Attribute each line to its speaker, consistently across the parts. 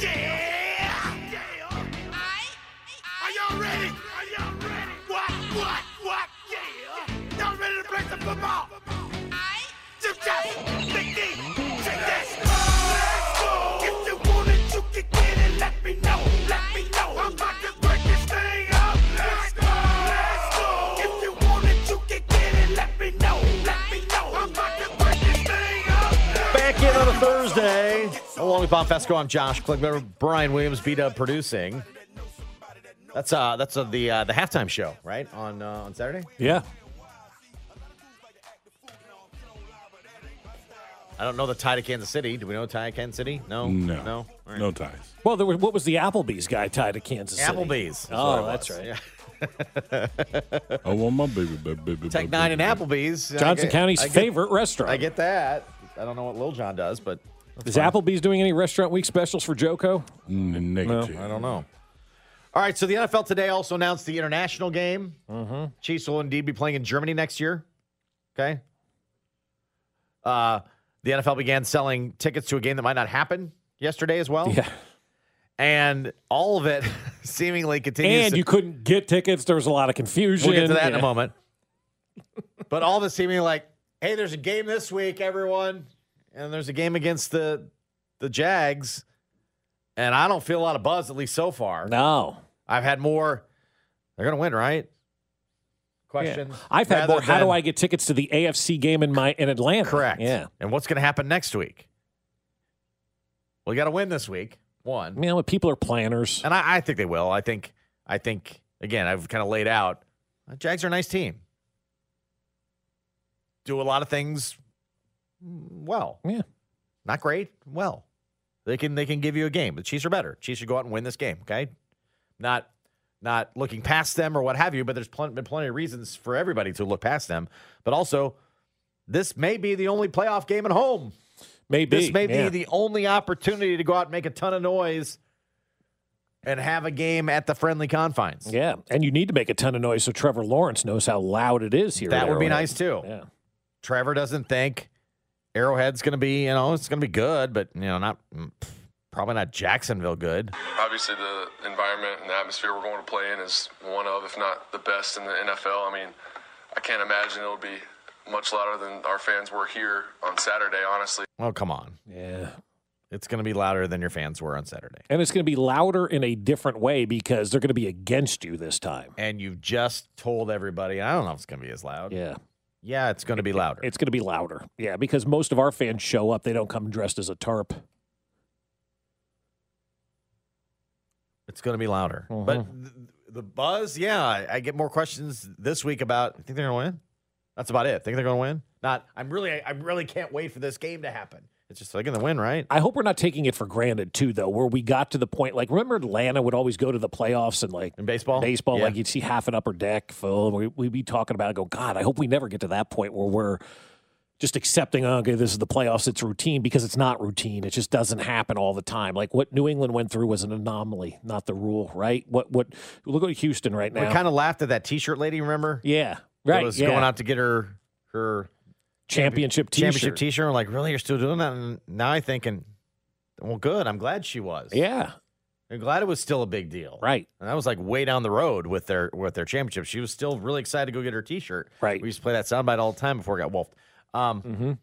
Speaker 1: Yeah, yeah, yeah. Are y'all ready? Are y'all ready? What? What? What? Yeah. Y'all ready to play some football? Just just big D, shake that. Let's go. If you want it, you can get it. Let me know. Let me know. I'm about to break this thing up. Let's go. Let's go. If you want it, you can get it. Let me know. Let me know. I'm about to break this thing up.
Speaker 2: Back in on a Thursday, along with Bob Fesco, I'm Josh Klugman. Brian Williams, beat up producing. That's uh, that's uh, the uh, the halftime show, right on uh, on Saturday.
Speaker 3: Yeah.
Speaker 2: I don't know the tie to Kansas City. Do we know the tie to Kansas City? No,
Speaker 3: No.
Speaker 2: no. All right.
Speaker 3: No ties. Well, there was, what was the Applebee's guy tied to Kansas City?
Speaker 2: Applebee's. is what
Speaker 3: Oh,
Speaker 2: it
Speaker 3: that's
Speaker 2: was.
Speaker 3: right.
Speaker 2: Yeah.
Speaker 3: I want my baby, baby, baby.
Speaker 2: Tech
Speaker 3: baby,
Speaker 2: Nine and
Speaker 3: baby.
Speaker 2: Applebee's. I
Speaker 3: Johnson
Speaker 2: get-
Speaker 3: County's
Speaker 2: I get-
Speaker 3: favorite restaurant.
Speaker 2: I get that. I don't know what Lil John does, but
Speaker 3: Is Applebee's doing any restaurant week specials for Joko?
Speaker 2: Oh.
Speaker 3: Mm, negative.
Speaker 2: I don't know. All right, so the NFL today also announced the international game. Mm-hmm. Chiefs will indeed be playing in Germany next year. Okay. Uh, the NFL began selling tickets to a game that might not happen yesterday as well.
Speaker 3: Yeah.
Speaker 2: And all of it seemingly continues.
Speaker 3: And
Speaker 2: to-
Speaker 3: you couldn't get tickets. There was a lot of confusion.
Speaker 2: we'll get to that in a
Speaker 3: Yeah.
Speaker 2: moment. but all of it seemingly like, hey, there's a game this week, everyone. And there's a game against the the Jags. And I don't feel a lot of buzz, at least so far.
Speaker 3: No.
Speaker 2: I've had more. They're going to win, right? Questions.
Speaker 3: I've had
Speaker 2: rather
Speaker 3: more. How do
Speaker 2: than-
Speaker 3: I get tickets to the AFC game in my in Atlanta?
Speaker 2: Correct.
Speaker 3: Yeah.
Speaker 2: And what's going to happen next week? Well, you got to win this week. One.
Speaker 3: You know, when people are planners.
Speaker 2: And I, I think they will. I think. I think again. I've kind of laid out. uh, Jags are a nice team. Do a lot of things mm, well.
Speaker 3: Yeah.
Speaker 2: Not great. Well, they can they can give you a game. The Chiefs are better. Chiefs should go out and win this game. Okay. Not not looking past them or what have you, but there's plen- been plenty of reasons for everybody to look past them. But also, this may be the only playoff game at home.
Speaker 3: Maybe.
Speaker 2: This may
Speaker 3: yeah.
Speaker 2: be the only opportunity to go out and make a ton of noise and have a game at the friendly confines.
Speaker 3: Yeah. And you need to make a ton of noise so Trevor Lawrence knows how loud it is here.
Speaker 2: That
Speaker 3: at
Speaker 2: would be
Speaker 3: Arrowhead.
Speaker 2: nice too.
Speaker 3: Yeah.
Speaker 2: Trevor doesn't think Arrowhead's going to be, you know, it's going to be good, but you know, not mm, pff, probably not Jacksonville good.
Speaker 4: Obviously, the environment and the atmosphere we're going to play in is one of, if not the best in the NFL. I mean, I can't imagine it'll be much louder than our fans were here on Saturday, honestly.
Speaker 2: Oh, come on.
Speaker 3: Yeah.
Speaker 2: It's going to be louder than your fans were on Saturday.
Speaker 3: And it's going to be louder in a different way because they're going to be against you this time.
Speaker 2: And you've just told everybody, I don't know if it's going to be as loud.
Speaker 3: Yeah.
Speaker 2: Yeah, it's going to be louder.
Speaker 3: It's going to be louder. Yeah. Because most of our fans show up, they don't come dressed as a tarp.
Speaker 2: It's going to be louder.
Speaker 3: Uh-huh.
Speaker 2: But th- the buzz, yeah, I, I get more questions this week about. Think they're going to win? That's about it. Think they're going to win? Not. I'm really. I really can't wait for this game to happen. It's just they're going to win, right?
Speaker 3: I hope we're not taking it for granted too, though, where we got to the point like remember Atlanta would always go to the playoffs and like
Speaker 2: In baseball?
Speaker 3: baseball,
Speaker 2: Oh, Yeah.
Speaker 3: like you'd see half an upper deck full. and We, we'd be talking about it, go, God, I hope we never get to that point where we're just accepting, oh, okay, this is the playoffs, it's routine because it's not routine. It just doesn't happen all the time. Like what New England went through was an anomaly, not the rule, right? What what look at Houston right now.
Speaker 2: We kind of laughed at that T-shirt lady. Remember?
Speaker 3: yeah.
Speaker 2: That
Speaker 3: Right.
Speaker 2: Was
Speaker 3: yeah.
Speaker 2: going out to get her her
Speaker 3: championship t-shirt.
Speaker 2: championship T-shirt. I'm like, really? You're still doing that? And now I'm thinking, well, good. I'm glad she was.
Speaker 3: Yeah.
Speaker 2: I'm glad it was still a big deal.
Speaker 3: Right.
Speaker 2: And that was like way down the road with their with their championship. She was still really excited to go get her T-shirt.
Speaker 3: Right.
Speaker 2: We used to play that soundbite all the time before it got wolfed. Um,
Speaker 3: Mhm.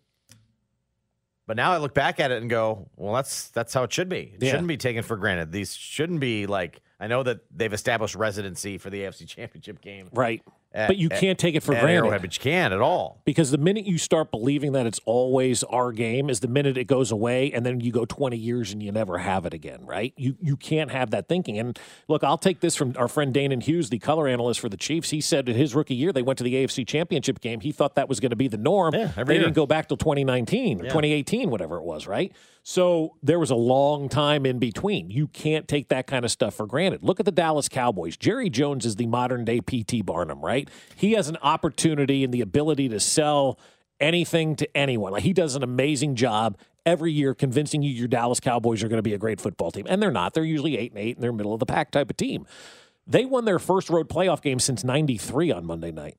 Speaker 2: But now I look back at it and go, well, that's that's how it should be. It
Speaker 3: Yeah.
Speaker 2: shouldn't be taken for granted. These shouldn't be like I know that they've established residency for the AFC Championship game.
Speaker 3: Right.
Speaker 2: at-
Speaker 3: but you
Speaker 2: at-
Speaker 3: can't take it for
Speaker 2: at
Speaker 3: granted.
Speaker 2: Arrowhead, but you can't at all.
Speaker 3: Because the minute you start believing that it's always our game is the minute it goes away and then you go 20 years and you never have it again, right? You you can't have that thinking. And look, I'll take this from our friend Danon Hughes, the color analyst for the Chiefs. He said in his rookie year they went to the AFC Championship game. He thought that was going to be the norm.
Speaker 2: Yeah, every
Speaker 3: they
Speaker 2: year.
Speaker 3: didn't go back till 2019 or 2018, whatever it was, right? So there was a long time in between. You can't take that kind of stuff for granted. Look at the Dallas Cowboys. Jerry Jones is the modern day PT Barnum, right? He has an opportunity and the ability to sell anything to anyone. Like he does an amazing job every year convincing you your Dallas Cowboys are going to be a great football team. And they're not. They're usually 8 and 8 and they're middle of the pack type of team. They won their first road playoff game since 93 on Monday night.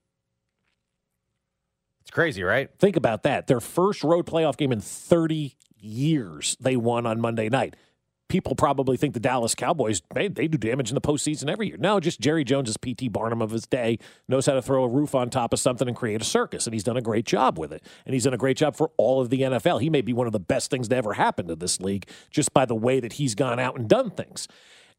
Speaker 2: It's crazy, right?
Speaker 3: Think about that. Their first road playoff game in 30 years they won on Monday night. People probably think the Dallas Cowboys, they, they do damage in the postseason every year. No, just Jerry Jones is P.T. Barnum of his day, knows how to throw a roof on top of something and create a circus, and he's done a great job with it. And he's done a great job for all of the NFL. He may be one of the best things to ever happen to this league just by the way that he's gone out and done things.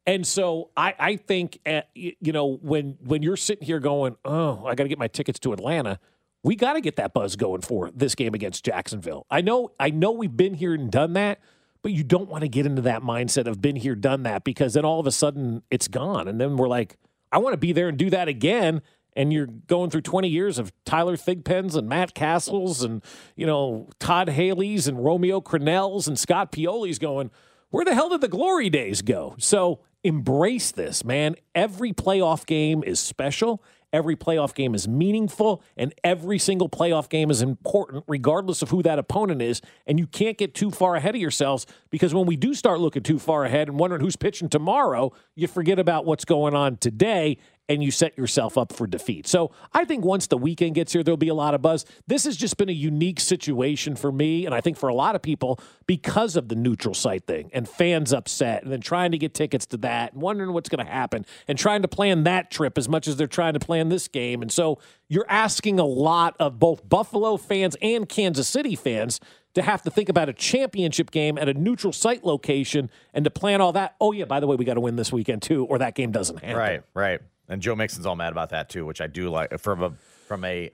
Speaker 3: And so I, I think, uh, y- you know, when when you're sitting here going, oh, I got to get my tickets to Atlanta, we got to get that buzz going for this game against Jacksonville. I know, I know, we've been here and done that, but you don't want to get into that mindset of been here, done that, because then all of a sudden it's gone, and then we're like, I want to be there and do that again. And you're going through 20 years of Tyler Thigpens and Matt Castles and you know Todd Haley's and Romeo Crennels and Scott Pioli's going, where the hell did the glory days go? So embrace this, man. Every playoff game is special. Every playoff game is meaningful, and every single playoff game is important, regardless of who that opponent is. And you can't get too far ahead of yourselves because when we do start looking too far ahead and wondering who's pitching tomorrow, you forget about what's going on today and you set yourself up for defeat. So I think once the weekend gets here, there'll be a lot of buzz. This has just been a unique situation for me, and I think for a lot of people because of the neutral site thing and fans upset, and then trying to get tickets to that, and wondering what's going to happen, and trying to plan that trip as much as they're trying to plan this game. And so you're asking a lot of both Buffalo fans and Kansas City fans to have to think about a championship game at a neutral site location and to plan all that. Oh yeah, by the way, we got to win this weekend too, or that game doesn't happen.
Speaker 2: Right, right. And Joe Mixon's all mad about that too, which I do like from a from a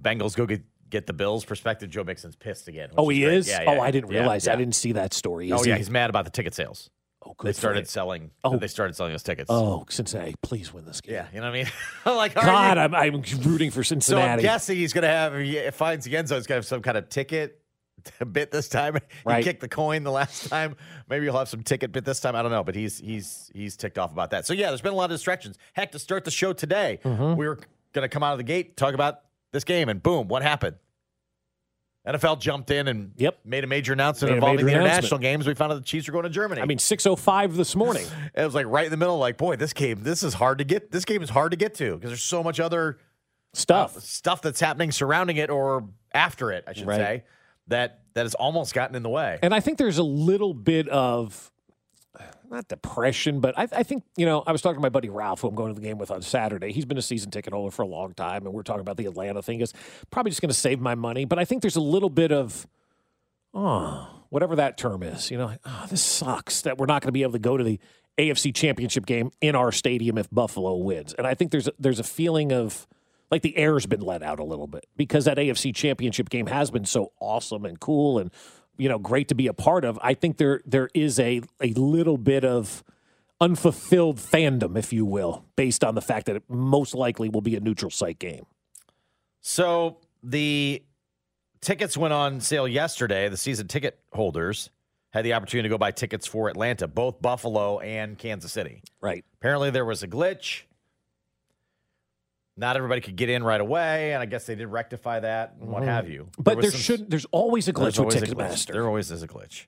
Speaker 2: Bengals go get get the Bills perspective. Joe Mixon's pissed again. which
Speaker 3: Oh, he
Speaker 2: great.
Speaker 3: is.
Speaker 2: Yeah, yeah,
Speaker 3: oh, I didn't
Speaker 2: yeah,
Speaker 3: realize. I
Speaker 2: yeah.
Speaker 3: didn't see that story.
Speaker 2: Oh
Speaker 3: Is
Speaker 2: yeah,
Speaker 3: he-
Speaker 2: he's mad about the ticket sales.
Speaker 3: oh, good
Speaker 2: They
Speaker 3: for
Speaker 2: started
Speaker 3: you.
Speaker 2: selling.
Speaker 3: Oh.
Speaker 2: they started selling those tickets.
Speaker 3: Oh, Cincinnati, please win this game.
Speaker 2: yeah. You know what I mean? I'm like, are
Speaker 3: God,
Speaker 2: you-
Speaker 3: I'm, I'm rooting for
Speaker 2: so I'm
Speaker 3: Cincinnati.
Speaker 2: guessing he's gonna have. If he finds the end zone, he's gonna have some kind of ticket bit this time.
Speaker 3: Right.
Speaker 2: He kicked the coin the last time. Maybe he'll have some ticket bit this time. I don't know, but he's he's he's ticked off about that. So yeah, there's been a lot of distractions. Heck, to start the show today,
Speaker 3: Mm-hmm.
Speaker 2: we were gonna come out of the gate talk about this game, and boom, what happened? NFL jumped in and
Speaker 3: Yep.
Speaker 2: made a major announcement
Speaker 3: Made a
Speaker 2: involving
Speaker 3: major
Speaker 2: the
Speaker 3: announcement.
Speaker 2: international games. We found out the Chiefs were going to Germany.
Speaker 3: I mean, 6:05 this morning.
Speaker 2: It was like right in the middle. Like, boy, this game, this is hard to get. This game is hard to get to because there's so much other
Speaker 3: Stuff.
Speaker 2: stuff that's happening surrounding it or after it, I should
Speaker 3: Right.
Speaker 2: say, that that has almost gotten in the way.
Speaker 3: And I think there's a little bit of not depression, but I, I think, you know, I was talking to my buddy Ralph, who I'm going to the game with on Saturday. He's been a season ticket holder for a long time, and we're talking about the Atlanta thing. Is probably just going to save my money, but I think there's a little bit of, oh, whatever that term is, you know, like, oh, this sucks that we're not going to be able to go to the AFC Championship game in our stadium if Buffalo wins. And I think there's a, there's a feeling of like the air's been let out a little bit because that AFC Championship game has been so awesome and cool and you know great to be a part of. I think there there is a a little bit of unfulfilled fandom, if you will, based on the fact that it most likely will be a neutral site game.
Speaker 2: So the tickets went on sale yesterday. The season ticket holders had the opportunity to go buy tickets for Atlanta, both Buffalo and Kansas City.
Speaker 3: Right.
Speaker 2: Apparently, there was a glitch. Not everybody could get in right away, and I guess they did rectify that and what have you.
Speaker 3: Mm-hmm. But
Speaker 2: was
Speaker 3: there
Speaker 2: some-
Speaker 3: should there's always a glitch
Speaker 2: There's always
Speaker 3: with
Speaker 2: a glitch. There
Speaker 3: Ticketmaster.
Speaker 2: always is a glitch.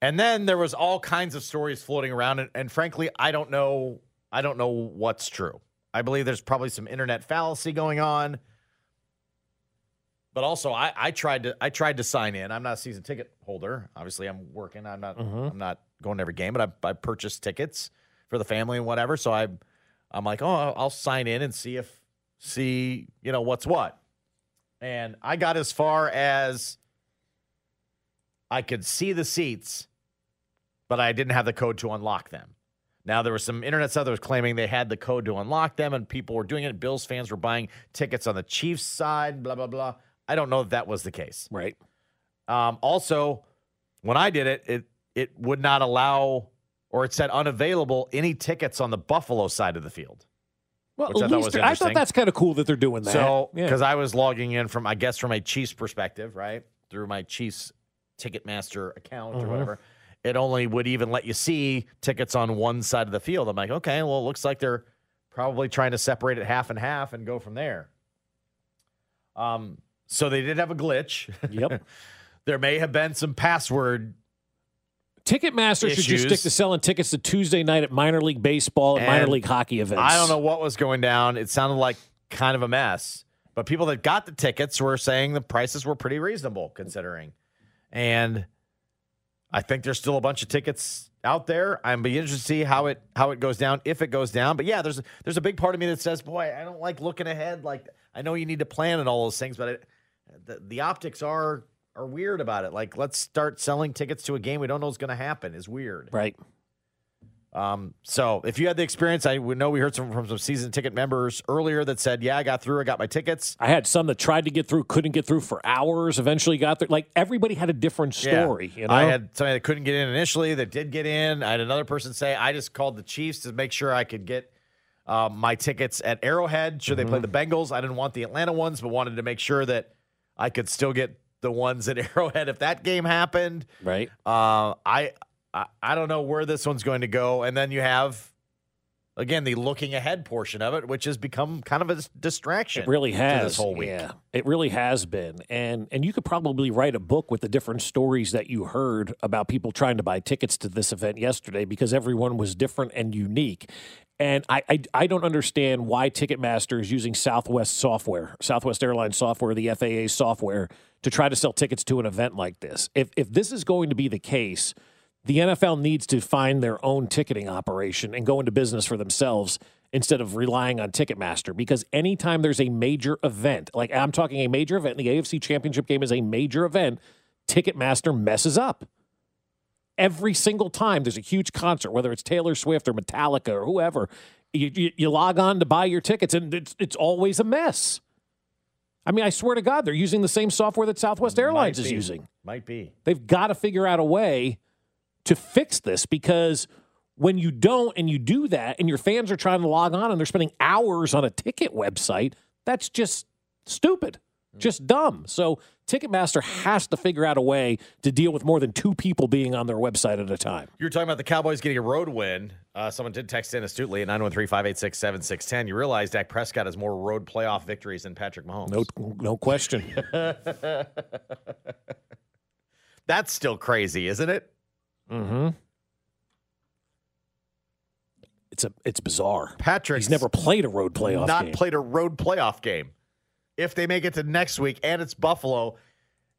Speaker 2: And then there was all kinds of stories floating around, and, and frankly, I don't know. I don't know what's true. I believe there's probably some internet fallacy going on. But also, I, I tried to I tried to sign in. I'm not a season ticket holder. Obviously, I'm working. I'm not
Speaker 3: Mm-hmm.
Speaker 2: I'm not going to every game, but I I purchased tickets for the family and whatever. So I I'm like, oh, I'll I'll sign in and see if see you know what's what. And I got as far as I could see the seats, but I didn't have the code to unlock them. Now there was some internet stuff that was claiming they had the code to unlock them, and people were doing it. Bills fans were buying tickets on the Chiefs side, blah blah blah. I don't know if that was the case.
Speaker 3: Right.
Speaker 2: Um, also, when I did it, it it would not allow or it said unavailable any tickets on the Buffalo side of the field.
Speaker 3: Well,
Speaker 2: Which I
Speaker 3: at
Speaker 2: thought
Speaker 3: least
Speaker 2: was
Speaker 3: they're- I
Speaker 2: interesting.
Speaker 3: thought that's kind of cool that they're doing that.
Speaker 2: So,
Speaker 3: Yeah.
Speaker 2: because I was logging in from, I guess, from a Chiefs perspective, right? Through my Chiefs Ticketmaster account or whatever. It only would even let you see tickets on one side of the field. I'm like, okay, well, it looks like they're probably trying to separate it half and half and go from there. Um, so they did have a glitch.
Speaker 3: Yep.
Speaker 2: there may have been some password
Speaker 3: Ticketmaster should just stick
Speaker 2: Issues.
Speaker 3: to selling tickets to Tuesday night at minor league baseball and, minor
Speaker 2: And
Speaker 3: league hockey events.
Speaker 2: I don't know what was going down. It sounded like kind of a mess. But people that got the tickets were saying the prices were pretty reasonable considering. And I think there's still a bunch of tickets out there. I'm be interested to see how it how it goes down, if it goes down. But yeah, there's there's a big part of me that says, boy, I don't like looking ahead. Like I know you need to plan and all those things, but it, the, the optics are are weird about it. Like let's start selling tickets to a game we don't know is going to happen is weird.
Speaker 3: Right.
Speaker 2: Um, so if you had the experience, I would know we heard some, from some season ticket members earlier that said, "Yeah, I got through. I got my tickets."
Speaker 3: I had some that tried to get through, couldn't get through for hours, eventually got there. Like everybody had a different
Speaker 2: Yeah.
Speaker 3: story. You know?
Speaker 2: I had somebody that couldn't get in initially that did get in. I had another person say, "I just called the Chiefs to make sure I could get uh, my tickets at Arrowhead. Should they play the
Speaker 3: Mm-hmm.
Speaker 2: Bengals? I didn't want the Atlanta ones, but wanted to make sure that I could still get the ones at Arrowhead if that game happened."
Speaker 3: right.
Speaker 2: Uh, I, I I don't know where this one's going to go. And then you have again the looking ahead portion of it, which has become kind of a s- distraction.
Speaker 3: It really
Speaker 2: to
Speaker 3: has
Speaker 2: this whole week.
Speaker 3: Yeah, it really has been, and and you could probably write a book with the different stories that you heard about people trying to buy tickets to this event yesterday because everyone was different and unique. And I, I, I don't understand why Ticketmaster is using Southwest software, Southwest Airlines software, the FAA software, to try to sell tickets to an event like this. If if this is going to be the case, the NFL needs to find their own ticketing operation and go into business for themselves instead of relying on Ticketmaster because anytime there's a major event, like I'm talking a major event, the AFC Championship game is a major event, Ticketmaster messes up. Every single time there's a huge concert, whether it's Taylor Swift or Metallica or whoever, you, you, you log on to buy your tickets and it's, it's always a mess. I mean, I swear to God, they're using the same software that Southwest Airlines
Speaker 2: Might
Speaker 3: is
Speaker 2: be.
Speaker 3: using.
Speaker 2: Might be.
Speaker 3: They've got to figure out a way to fix this because when you don't and you do that and your fans are trying to log on and they're spending hours on a ticket website, that's just stupid, just dumb. So Ticketmaster has to figure out a way to deal with more than two people being on their website at a time.
Speaker 2: You were talking about the Cowboys getting a road win. Uh, someone did text in astutely at 913 586 7610. You realize Dak Prescott has more road playoff victories than Patrick Mahomes.
Speaker 3: No, no question.
Speaker 2: That's still crazy, isn't it?
Speaker 3: mm-hmm. It's a it's bizarre.
Speaker 2: Patrick's
Speaker 3: He's never played a road playoff
Speaker 2: not
Speaker 3: game.
Speaker 2: played a road playoff game. If they make it to next week and it's Buffalo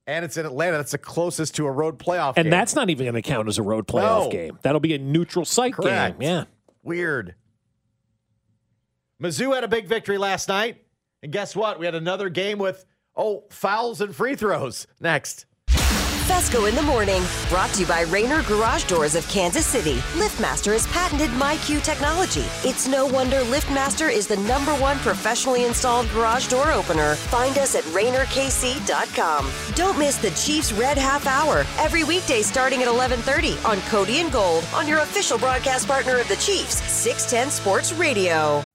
Speaker 2: and it's in Atlanta, that's the closest to a road playoff
Speaker 3: and
Speaker 2: game.
Speaker 3: that's not even going to count as a road playoff
Speaker 2: No.
Speaker 3: game. That'll be a neutral site
Speaker 2: Correct.
Speaker 3: game. Yeah.
Speaker 2: Weird. Mizzou had a big victory last night. And guess what? We had another game with, oh, fouls and free throws next.
Speaker 5: Fesco in the morning, brought to you by Rainer Garage Doors of Kansas City. LiftMaster has patented MyQ technology. It's no wonder LiftMaster is the number one professionally installed garage door opener. Find us at RainerKC.com. Don't miss the Chiefs Red Half Hour every weekday starting at 11:30 on Cody and Gold on your official broadcast partner of the Chiefs, 610 Sports Radio.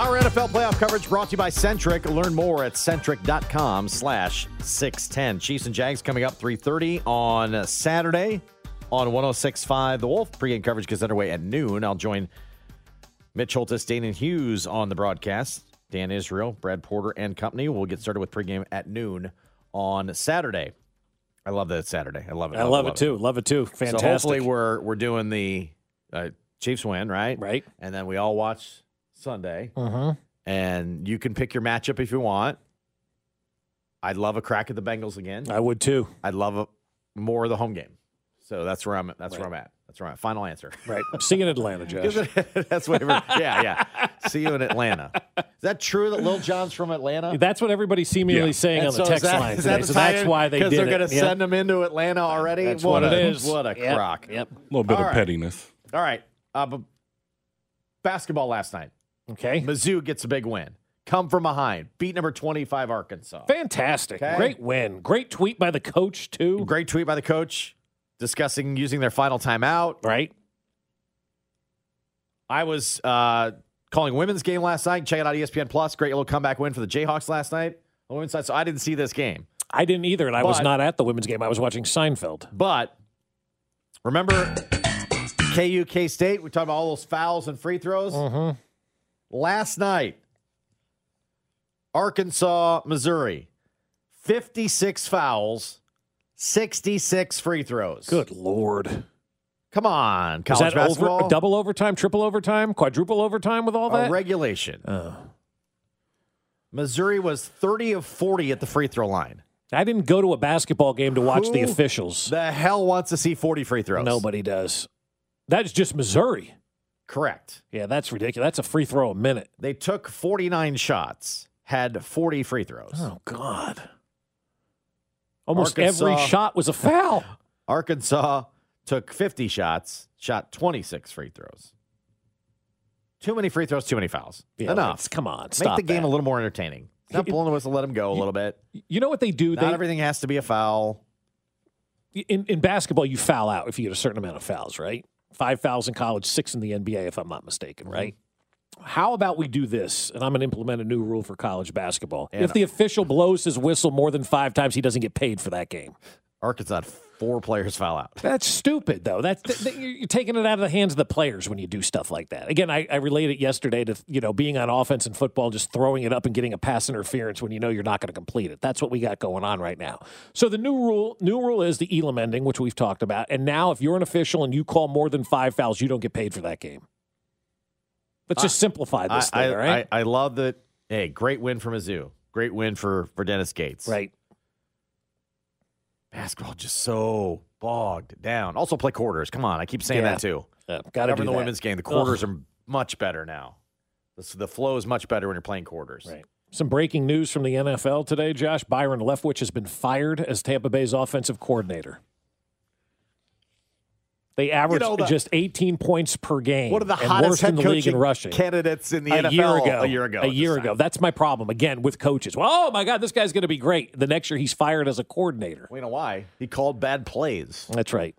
Speaker 2: Our NFL playoff coverage brought to you by Centric. Learn more at centric.com slash 610. Chiefs and Jags coming up 3.30 on Saturday on 106.5 The Wolf. Pre-game coverage gets underway at noon. I'll join Mitch Holtis, Dan and Hughes on the broadcast. Dan Israel, Brad Porter, and company. We'll get started with pregame at noon on Saturday. I love that it's Saturday. I love it.
Speaker 3: I love, it too. Love it too. Fantastic.
Speaker 2: So hopefully we're we're doing the uh, Chiefs win, right?
Speaker 3: Right.
Speaker 2: And then we all watch Sunday.
Speaker 3: Mm-hmm.
Speaker 2: And you can pick your matchup if you want. I'd love a crack at the Bengals again.
Speaker 3: I would too.
Speaker 2: I'd love a, more of the home game. So that's where I'm. That's where I'm at. That's where I'm. At. Final answer.
Speaker 3: Right. See you in Atlanta, Josh.
Speaker 2: that's where. we're- Yeah, yeah. See you in Atlanta. Is that true that Lil John's from Atlanta?
Speaker 3: That's what everybody's seemingly
Speaker 6: Yeah.
Speaker 3: saying
Speaker 2: And
Speaker 3: on
Speaker 2: so
Speaker 3: the
Speaker 2: is
Speaker 3: text
Speaker 2: that-
Speaker 3: line
Speaker 2: is
Speaker 3: today.
Speaker 2: that the
Speaker 3: So
Speaker 2: tie
Speaker 3: that's
Speaker 2: in?
Speaker 3: why they did
Speaker 2: they're
Speaker 3: it.
Speaker 2: going to
Speaker 3: Yep.
Speaker 2: send them into Atlanta already.
Speaker 3: That's
Speaker 2: what,
Speaker 3: what it
Speaker 2: a,
Speaker 3: is.
Speaker 2: What a
Speaker 3: Yep.
Speaker 2: crock.
Speaker 3: Yep.
Speaker 6: little bit
Speaker 2: All
Speaker 6: of
Speaker 2: right.
Speaker 6: pettiness.
Speaker 2: All right. Uh, but basketball last night.
Speaker 3: Okay.
Speaker 2: Mizzou gets a big win. Come from behind. Beat number 25 Arkansas.
Speaker 3: Fantastic.
Speaker 2: Okay.
Speaker 3: Great win. Great tweet by the coach, too.
Speaker 2: Great tweet by the coach discussing using their final timeout.
Speaker 3: Right?
Speaker 2: I was uh, calling women's game last night. Check it out E ESPN Plus. Great little comeback win for the Jayhawks last night. on the women's side. So I didn't see this game.
Speaker 3: I didn't either, and I was
Speaker 2: But-
Speaker 3: not at the women's game. I was watching Seinfeld.
Speaker 2: But remember KU K State? We talked about all those fouls and free throws.
Speaker 3: Mm-hmm.
Speaker 2: Last night, Arkansas, Missouri, 56 fouls, 66 free throws.
Speaker 3: Good Lord.
Speaker 2: Come on,
Speaker 3: Is
Speaker 2: college
Speaker 3: that
Speaker 2: basketball.
Speaker 3: over, double overtime, triple overtime, quadruple overtime with all
Speaker 2: a
Speaker 3: that?
Speaker 2: regulation.
Speaker 3: Oh.
Speaker 2: Missouri was 30 of 40 at the free throw line.
Speaker 3: I didn't go to a basketball game to watch the
Speaker 2: Who
Speaker 3: officials.
Speaker 2: The hell wants to see 40 free throws?
Speaker 3: Nobody does. That's just Missouri.
Speaker 2: Correct.
Speaker 3: Yeah, that's ridiculous. That's a free throw a minute.
Speaker 2: They took 49 shots, had 40 free throws.
Speaker 3: Oh God. Almost every
Speaker 2: Arkansas-
Speaker 3: shot was a foul.
Speaker 2: Arkansas took 50 shots, shot 26 free throws. Too many free throws, too many fouls.
Speaker 3: Yeah,
Speaker 2: Enough.
Speaker 3: that's- Come on,
Speaker 2: Make
Speaker 3: stop
Speaker 2: the game
Speaker 3: that.
Speaker 2: a little more entertaining. Stop blowing the whistle, let them go a little bit.
Speaker 3: You know what they do?
Speaker 2: Not
Speaker 3: They,
Speaker 2: everything has to be a foul.
Speaker 3: in, in basketball, you foul out if you get a certain amount of fouls, right? Five fouls in college, six in the NBA, if I'm not mistaken, right? How about we do this? And I'm going to implement a new rule for college basketball.
Speaker 2: And-
Speaker 3: if the official blows his whistle more than five times, he doesn't get paid for that game.
Speaker 2: Arkansas had four players foul out.
Speaker 3: That's stupid, though. That's th- th- you're you're taking it out of the hands of the players when you do stuff like that. Again, I, I relate it yesterday to you know being on offense in football, just throwing it up and getting a pass interference when you know you're not going to complete it. That's what we got going on right now. So the new rule, new rule is the Elam ending, which we've talked about. And now, if you're an official and you call more than five fouls, you don't get paid for that game. Let's just simplify
Speaker 2: I,
Speaker 3: this thing,
Speaker 2: I-
Speaker 3: all right?
Speaker 2: I, I love that. Hey, great win for Mizzou. Great win for, for Dennis Gates.
Speaker 3: right.
Speaker 2: Basketball just so bogged down. Also, play quarters. Come on. I keep saying
Speaker 3: Yeah.
Speaker 2: that too.
Speaker 3: Yeah, got
Speaker 2: Cover
Speaker 3: to Uh, do
Speaker 2: the
Speaker 3: that.
Speaker 2: women's game. The quarters are much better now. The, the flow is much better when you're playing quarters.
Speaker 3: Right. Some breaking news from the NFL today, Josh. Byron Leftwich has been fired as Tampa Bay's offensive coordinator. They averaged
Speaker 2: know, the-
Speaker 3: just 18 points per game.
Speaker 2: One of the
Speaker 3: and
Speaker 2: hottest
Speaker 3: worst in
Speaker 2: head
Speaker 3: the league
Speaker 2: coaching
Speaker 3: in rushing.
Speaker 2: candidates in the
Speaker 3: a
Speaker 2: NFL
Speaker 3: year ago.
Speaker 2: A year ago.
Speaker 3: A
Speaker 2: at
Speaker 3: year
Speaker 2: this
Speaker 3: ago.
Speaker 2: time.
Speaker 3: That's my problem, again, with coaches. Well, oh, my God, this guy's going to be great. The next year, he's fired as a coordinator.
Speaker 2: We know why. He called bad plays.
Speaker 3: That's right.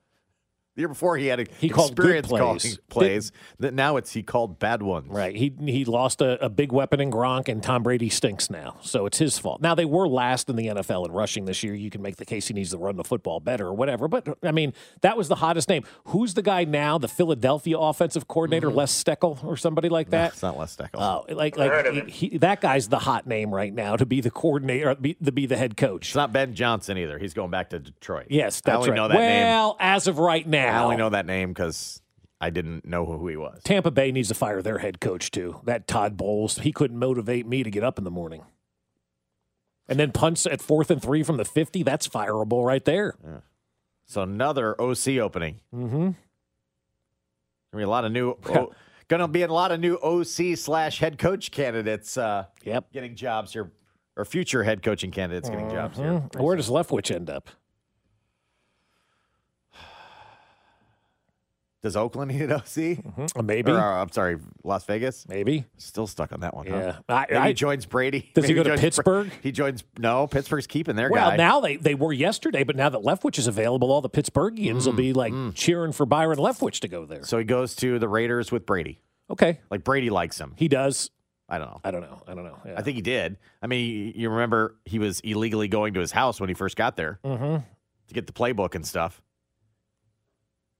Speaker 2: The year before, he had a
Speaker 3: He called good
Speaker 2: experience
Speaker 3: plays.
Speaker 2: calling
Speaker 3: Did-
Speaker 2: plays. That now it's he called bad ones.
Speaker 3: Right. He he lost a, a big weapon in Gronk, and Tom Brady stinks now. So it's his fault. Now, they were last in the NFL in rushing this year. You can make the case he needs to run the football better or whatever. But, I mean, that was the hottest name. Who's the guy now, the Philadelphia offensive coordinator, Les Steckel or somebody like that?
Speaker 2: It's not Les Mm-hmm. Steckel.
Speaker 3: Oh, like like he, he, that guy's the hot name right now to be the coordinator, be, to be the head coach.
Speaker 2: it's not Ben Johnson either. He's going back to Detroit.
Speaker 3: Yes,
Speaker 2: I
Speaker 3: that's
Speaker 2: only
Speaker 3: right.
Speaker 2: know that name.
Speaker 3: well, as of right now,
Speaker 2: I only know that name because I didn't know who he was.
Speaker 3: Tampa Bay needs to fire their head coach too. That Todd Bowles, he couldn't motivate me to get up in the morning. And then punts at fourth and three from the fifty. That's fireable right there.
Speaker 2: So another OC opening.
Speaker 3: Mm-hmm.
Speaker 2: I mean, a lot of new. o- Gonna be a lot of new OC slash head coach candidates uh,
Speaker 3: Yep.
Speaker 2: getting jobs here, or future head coaching candidates getting jobs here.
Speaker 3: Mhm. Where does Leftwich end up?
Speaker 2: Does Oakland need an OC?
Speaker 3: Uh, Maybe.
Speaker 2: Or, uh, I'm sorry, Las Vegas.
Speaker 3: Maybe.
Speaker 2: Still stuck on that one.
Speaker 3: Yeah.
Speaker 2: Huh?
Speaker 3: I,
Speaker 2: Maybe he
Speaker 3: I,
Speaker 2: joins Brady.
Speaker 3: Does he
Speaker 2: Maybe
Speaker 3: go to
Speaker 2: joins-
Speaker 3: Pittsburgh?
Speaker 2: He joins. No, Pittsburgh's keeping their
Speaker 3: well,
Speaker 2: guy.
Speaker 3: now they, they were yesterday, but now that Leftwich is available, all the Pittsburghians will be like cheering for Byron Leftwich to go there.
Speaker 2: Mm, so he goes to the Raiders with Brady.
Speaker 3: Okay.
Speaker 2: Like Brady likes him.
Speaker 3: He does.
Speaker 2: I don't know.
Speaker 3: I don't know. I don't know. Yeah.
Speaker 2: I think he did. I mean, you remember he was illegally going to his house when he first got there
Speaker 3: Mhm.
Speaker 2: to get the playbook and stuff.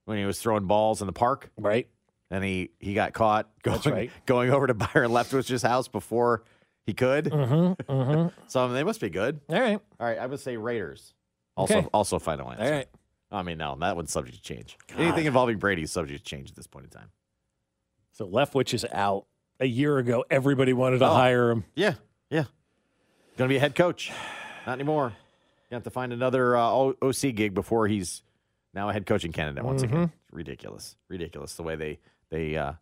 Speaker 2: When he was throwing balls in the park,
Speaker 3: Right.
Speaker 2: and he he got caught going
Speaker 3: That's right.
Speaker 2: going over to Byron Leftwich's house before he could.
Speaker 3: Mm-hmm. Mm-hmm.
Speaker 2: So I mean, they must be good.
Speaker 3: All right.
Speaker 2: All right, I would say Raiders. Also,
Speaker 3: Okay.
Speaker 2: also final answer.
Speaker 3: All right.
Speaker 2: I mean, no, that one's subject to change. Anything involving Brady is subject to change at this point in time.
Speaker 3: So Leftwich is out. A year ago, everybody wanted
Speaker 2: Oh.
Speaker 3: to hire him.
Speaker 2: Yeah, yeah. Going to be a head coach. Not anymore. You have to find another uh, O- OC gig before he's Now a head coach in Canada once
Speaker 3: Mm-hmm.
Speaker 2: again. It's ridiculous, ridiculous the way they they uh,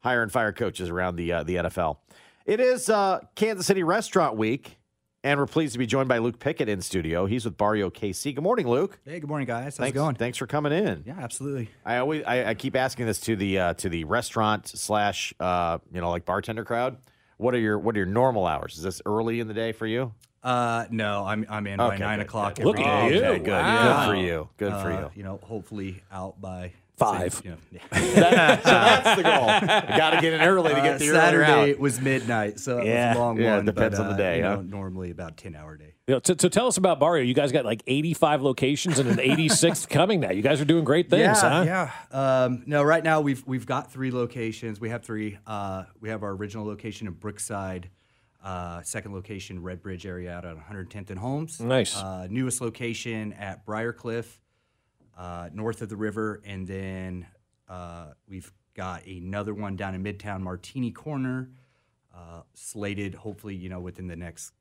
Speaker 2: hire and fire coaches around the uh, the NFL. It is uh, Kansas City Restaurant Week, and we're pleased to be joined by Luke Pickett in studio. He's with Barrio KC. Good morning, Luke.
Speaker 6: Hey, good morning, guys. How's
Speaker 2: Thanks,
Speaker 6: it going?
Speaker 2: Thanks for coming in.
Speaker 6: Yeah, absolutely.
Speaker 2: I always I, I keep asking this to the uh, to the restaurant slash uh, you know like bartender crowd. What are your what are your normal hours? Is this early in the day for you?
Speaker 6: Uh, no, I'm I'm in by
Speaker 2: Okay,
Speaker 6: nine
Speaker 2: good,
Speaker 6: o'clock
Speaker 2: good.
Speaker 6: every
Speaker 3: Look
Speaker 6: day.
Speaker 3: at you.
Speaker 2: Okay, good,
Speaker 3: Wow.
Speaker 2: good for you, good for
Speaker 6: Uh,
Speaker 2: you.
Speaker 6: You know, hopefully out by
Speaker 3: Five.
Speaker 6: you know, yeah.
Speaker 2: so that's the goal. Got to get in early to
Speaker 6: Uh,
Speaker 2: get the earlier
Speaker 6: Saturday
Speaker 2: out.
Speaker 6: was midnight, so that
Speaker 3: Yeah.
Speaker 6: was a long
Speaker 2: Yeah, it
Speaker 6: one.
Speaker 2: depends
Speaker 6: but,
Speaker 2: on the
Speaker 6: uh,
Speaker 2: day,
Speaker 6: You
Speaker 2: huh?
Speaker 6: know, normally about ten hour day.
Speaker 3: You know, so, so tell us about Barrio. You guys got like 85 locations and an 86th coming now. You guys are doing great things, huh?
Speaker 6: yeah. Um, no, right now we've we've got three locations. We have three. Uh, we have our original location in Brookside, uh, second location Red Bridge area out on 110th and Holmes.
Speaker 3: Nice.
Speaker 6: Uh, newest location at Briarcliff, uh, north of the river, and then uh, we've got another one down in Midtown Martini Corner, uh, slated hopefully you know within the next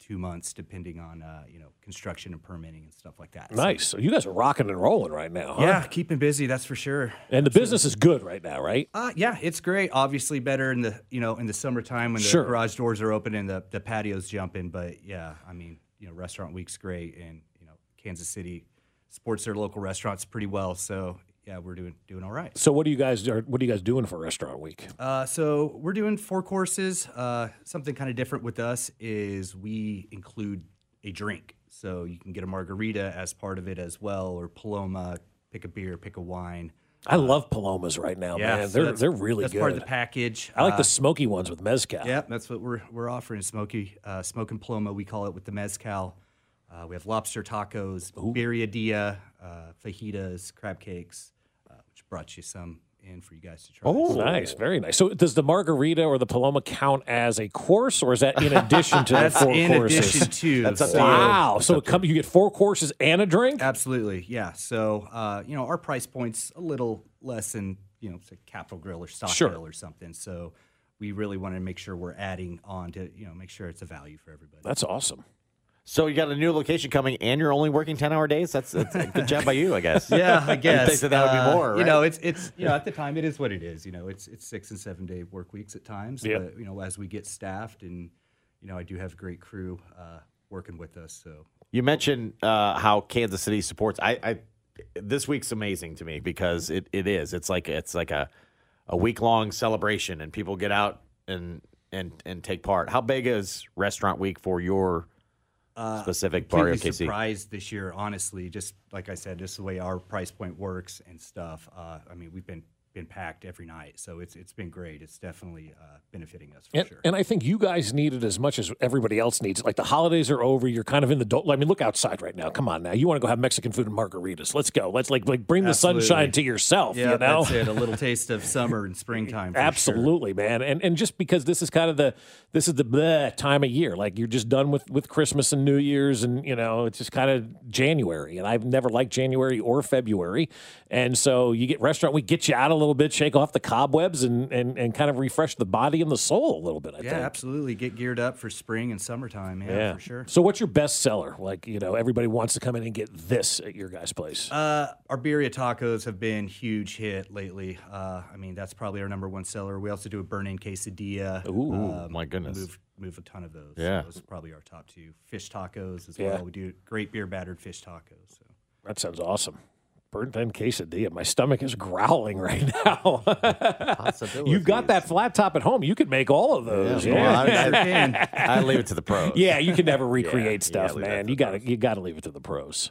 Speaker 6: two months, depending on uh, you know construction and permitting and stuff like that. So-
Speaker 3: Nice. So you guys are rocking and rolling right now, huh?
Speaker 6: yeah, keeping busy, that's for sure.
Speaker 3: And the business is good right now, right?
Speaker 6: Uh, yeah, it's great. Obviously, better in the you know in the summertime when the
Speaker 3: Sure.
Speaker 6: garage doors are open and the, the patios jumping. But yeah, I mean, you know, restaurant week's great, and you know, Kansas City supports their local restaurants pretty well. So yeah, we're doing doing all right.
Speaker 3: So what do you guys are what are you guys doing for restaurant week?
Speaker 6: Uh, so we're doing four courses. Uh, something kind of different with us is we include a drink. So you can get a margarita as part of it as well, or Paloma. Pick a beer, pick a wine.
Speaker 3: I love Palomas right now, man.
Speaker 6: Uh, so
Speaker 3: They're
Speaker 6: that's-
Speaker 3: they're really
Speaker 6: that's
Speaker 3: good.
Speaker 6: part of the package.
Speaker 3: I like
Speaker 6: Uh,
Speaker 3: the smoky ones with mezcal.
Speaker 6: Yeah, that's what we're we're offering. Smoky, uh, smoke and pluma, we call it with the mezcal. Uh, we have lobster tacos, birria, uh, fajitas, crab cakes, uh, which brought you some in for you guys to try.
Speaker 3: Oh, nice, very nice. So, does the margarita or the Paloma count as a course, or is that in addition to the
Speaker 6: that's
Speaker 3: four
Speaker 6: in
Speaker 3: courses?
Speaker 6: addition to
Speaker 2: That's up to
Speaker 6: so-
Speaker 3: wow! So, it come, you get four courses and a drink.
Speaker 6: Absolutely, yeah. So uh, you know, our price point's a little less than you know, say Capital Grill or Stock
Speaker 3: Sure.
Speaker 6: Grill or something. So we really want to make sure we're adding on to you know make sure it's a value for everybody.
Speaker 3: That's awesome.
Speaker 2: So you got a new location coming, and you're only working ten hour days. That's, that's a good job by you, I guess.
Speaker 6: Yeah, I guess Uh,
Speaker 2: that that would be more,
Speaker 6: You know,
Speaker 2: right?
Speaker 6: it's it's you know at the time it is what it is. You know, it's it's six and seven day work weeks at times.
Speaker 3: Yeah.
Speaker 6: But you know, as we get staffed, and you know, I do have a great crew uh, working with us. So
Speaker 2: You mentioned uh, how Kansas City supports. I, I this week's amazing to me because it, it is. It's like it's like a a week long celebration, and people get out and and and take part. How big is Restaurant Week for your specific Barrio
Speaker 6: Uh, completely
Speaker 2: KC?
Speaker 6: surprised this year, honestly. Just like I said, just the way our price point works and stuff. Uh, I mean, we've been been packed every night, so it's it's been great. It's definitely uh, benefiting us for
Speaker 3: And,
Speaker 6: sure.
Speaker 3: and I think you guys need it as much as everybody else needs it. Like the holidays are over, you're kind of in the. dole- I mean, look outside right now. Come on now, you want to go have Mexican food and margaritas? Let's go. Let's like like bring
Speaker 6: Absolutely.
Speaker 3: the sunshine to yourself.
Speaker 6: yeah,
Speaker 3: you know,
Speaker 6: that's it. A little taste of summer and springtime. for sure.
Speaker 3: Absolutely, man. And and just because this is kind of the this is the bleh time of year. Like you're just done with with Christmas and New Year's and you know, it's just kind of January. And I've never liked January or February. And so you get restaurant we get you out a little bit, shake off the cobwebs and and and kind of refresh the body and the soul a little bit, I
Speaker 6: Yeah,
Speaker 3: think.
Speaker 6: absolutely. Get geared up for spring and summertime. Yeah, for sure.
Speaker 3: So what's your best seller? Like, you know, everybody wants to come in and get this at your guy's place.
Speaker 6: Uh, our birria tacos have been huge hit lately. Uh, I mean, that's probably our number one seller. We also do a burn-in quesadilla. Ooh,
Speaker 2: my goodness.
Speaker 6: Move, move a ton of those.
Speaker 2: Yeah.
Speaker 6: those are probably our top two. Fish tacos as
Speaker 3: Yeah.
Speaker 6: well. We do oh, great beer battered fish tacos. So.
Speaker 3: that sounds awesome. Burnt end quesadilla. My stomach is growling right now. You've got that flat top at home. You could make all of those. Yeah,
Speaker 2: Well,
Speaker 3: yeah.
Speaker 2: I, I- I leave it to the pros.
Speaker 3: you can never recreate
Speaker 2: yeah,
Speaker 3: stuff,
Speaker 2: leave that
Speaker 3: man.
Speaker 2: to
Speaker 3: You got to you got to leave it to the pros.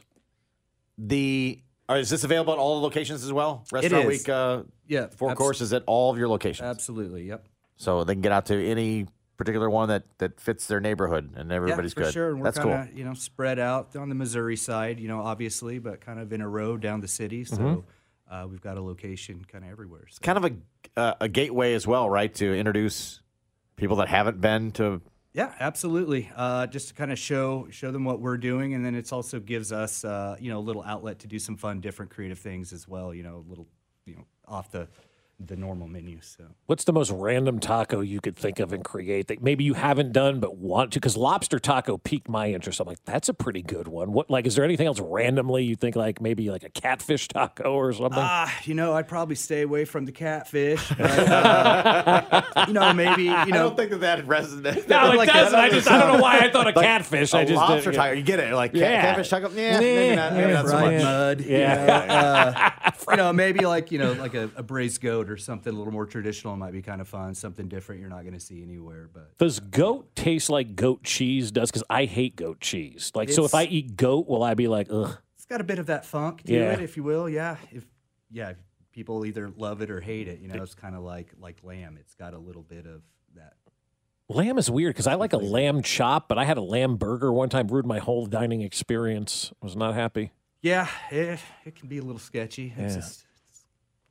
Speaker 2: The or is this available at all the locations as well? Restaurant
Speaker 6: is.
Speaker 2: Week. Uh,
Speaker 6: Yeah,
Speaker 2: four
Speaker 6: abs-
Speaker 2: courses at all of your locations.
Speaker 6: Absolutely. Yep.
Speaker 2: So they can get out to any particular one that that fits their neighborhood, and everybody's
Speaker 6: yeah, for
Speaker 2: good.
Speaker 6: sure. And we're
Speaker 2: That's
Speaker 6: kinda,
Speaker 2: cool.
Speaker 6: You know, spread out on the Missouri side. You know, obviously, but kind of in a row down the city. So
Speaker 2: Mm-hmm.
Speaker 6: uh, we've got a location kind of everywhere. So.
Speaker 2: Kind of a uh, a gateway as well, right? To introduce people that haven't been to.
Speaker 6: Yeah, absolutely. Uh, just to kind of show show them what we're doing, and then it's also gives us uh, you know a little outlet to do some fun, different, creative things as well. You know, a little you know off the the normal menu. So
Speaker 3: What's the most random taco you could think of and create that maybe you haven't done but want to? Because lobster taco piqued my interest. I'm like, that's a pretty good one. What like is there anything else randomly you think like maybe like a catfish taco or something?
Speaker 6: ah, you know, I'd probably stay away from the catfish. But, uh, you know, maybe you know.
Speaker 2: I don't think that that resonates.
Speaker 3: no, it
Speaker 6: like a-
Speaker 3: doesn't. I just I don't know why I thought a catfish.
Speaker 2: A
Speaker 3: I just
Speaker 2: lobster
Speaker 3: didn't-
Speaker 2: taco. You get it? Like cat-
Speaker 3: Yeah.
Speaker 2: catfish taco? Yeah,
Speaker 3: Yeah.
Speaker 2: maybe not. Maybe
Speaker 3: Yeah,
Speaker 2: not so
Speaker 3: right.
Speaker 2: much.
Speaker 6: fried mud.
Speaker 3: Yeah.
Speaker 6: Yeah. uh, you know, maybe like, you know, like a, a braised goat or something a little more traditional might be kind of fun. Something different you're not going to see anywhere. But
Speaker 3: Does goat taste like goat cheese does? Because I hate goat cheese. Like, so if I
Speaker 6: It's-
Speaker 3: eat goat, will I be like, ugh?
Speaker 6: it's got a bit of that funk to
Speaker 3: Yeah.
Speaker 6: it, if you will. Yeah. If, yeah. if People either love it or hate it. You know, it's kind of like like lamb. It's got a little bit of that.
Speaker 3: Lamb is weird because I like a lamb chop, but I had a lamb burger one time, ruined my whole dining experience. Was not happy.
Speaker 6: Yeah. It, Eh, it can be a little sketchy. It's
Speaker 3: Yeah.
Speaker 6: just, it's,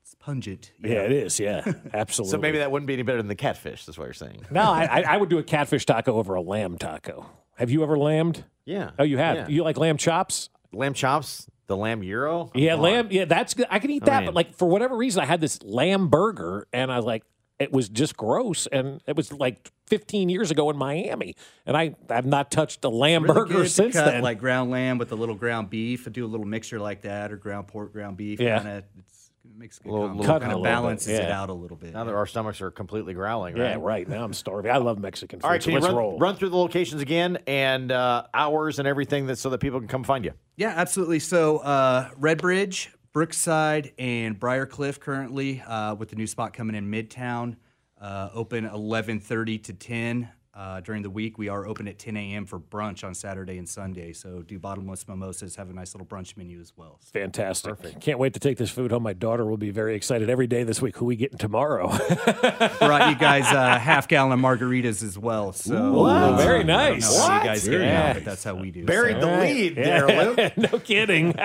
Speaker 6: it's pungent.
Speaker 3: Yeah, it is. Yeah, absolutely.
Speaker 2: So maybe that wouldn't be any better than the catfish. That's what you're saying.
Speaker 3: No, I, I I would do a catfish taco over a lamb taco. Have you ever lambed?
Speaker 2: Yeah.
Speaker 3: Oh, you have.
Speaker 2: Yeah.
Speaker 3: You like lamb chops?
Speaker 2: lamb chops, the lamb gyro.
Speaker 3: Yeah,
Speaker 2: Come on.
Speaker 3: lamb. Yeah, that's good. I can eat that,
Speaker 2: mean-
Speaker 3: but like for whatever reason, I had this lamb burger, and I was like, it was just gross, and it was like 15 years ago in Miami, and I I've not touched a lamb
Speaker 6: really
Speaker 3: burger
Speaker 6: good to
Speaker 3: since
Speaker 6: cut,
Speaker 3: then.
Speaker 6: Like ground lamb with a little ground beef. I do a little mixture like that, or ground pork, ground beef.
Speaker 3: Yeah.
Speaker 6: Kind of, it's it makes a good
Speaker 2: Little-
Speaker 6: combo.
Speaker 2: little
Speaker 6: kind
Speaker 3: cut a
Speaker 6: of
Speaker 3: little bit,
Speaker 6: balances it
Speaker 3: yeah.
Speaker 6: out a little bit.
Speaker 2: Now that our stomachs are completely growling, right?
Speaker 3: yeah, right. Now I'm starving. I love Mexican food.
Speaker 2: All right,
Speaker 3: so
Speaker 2: can you
Speaker 3: let's
Speaker 2: run,
Speaker 3: roll.
Speaker 2: run through the locations again and uh, hours and everything that so that people can come find you?
Speaker 6: Yeah, absolutely. So uh, Redbridge, Brookside, and Briarcliff currently uh, with the new spot coming in Midtown. Uh, open 11:30 to 10 uh, during the week. We are open at 10 a.m. for brunch on Saturday and Sunday. So do bottomless mimosas. Have a nice little brunch menu as well. So-
Speaker 3: Fantastic. Can't wait to take this food home. My daughter will be very excited every day this week. Who we getting tomorrow?
Speaker 6: brought you guys uh, half gallon of margaritas as well. So uh,
Speaker 3: wow. Oh, Very
Speaker 6: I don't know how
Speaker 3: nice.
Speaker 6: you guys get it now, but that's how we do.
Speaker 2: Buried
Speaker 6: so.
Speaker 2: the lead there, Luke.
Speaker 3: no kidding.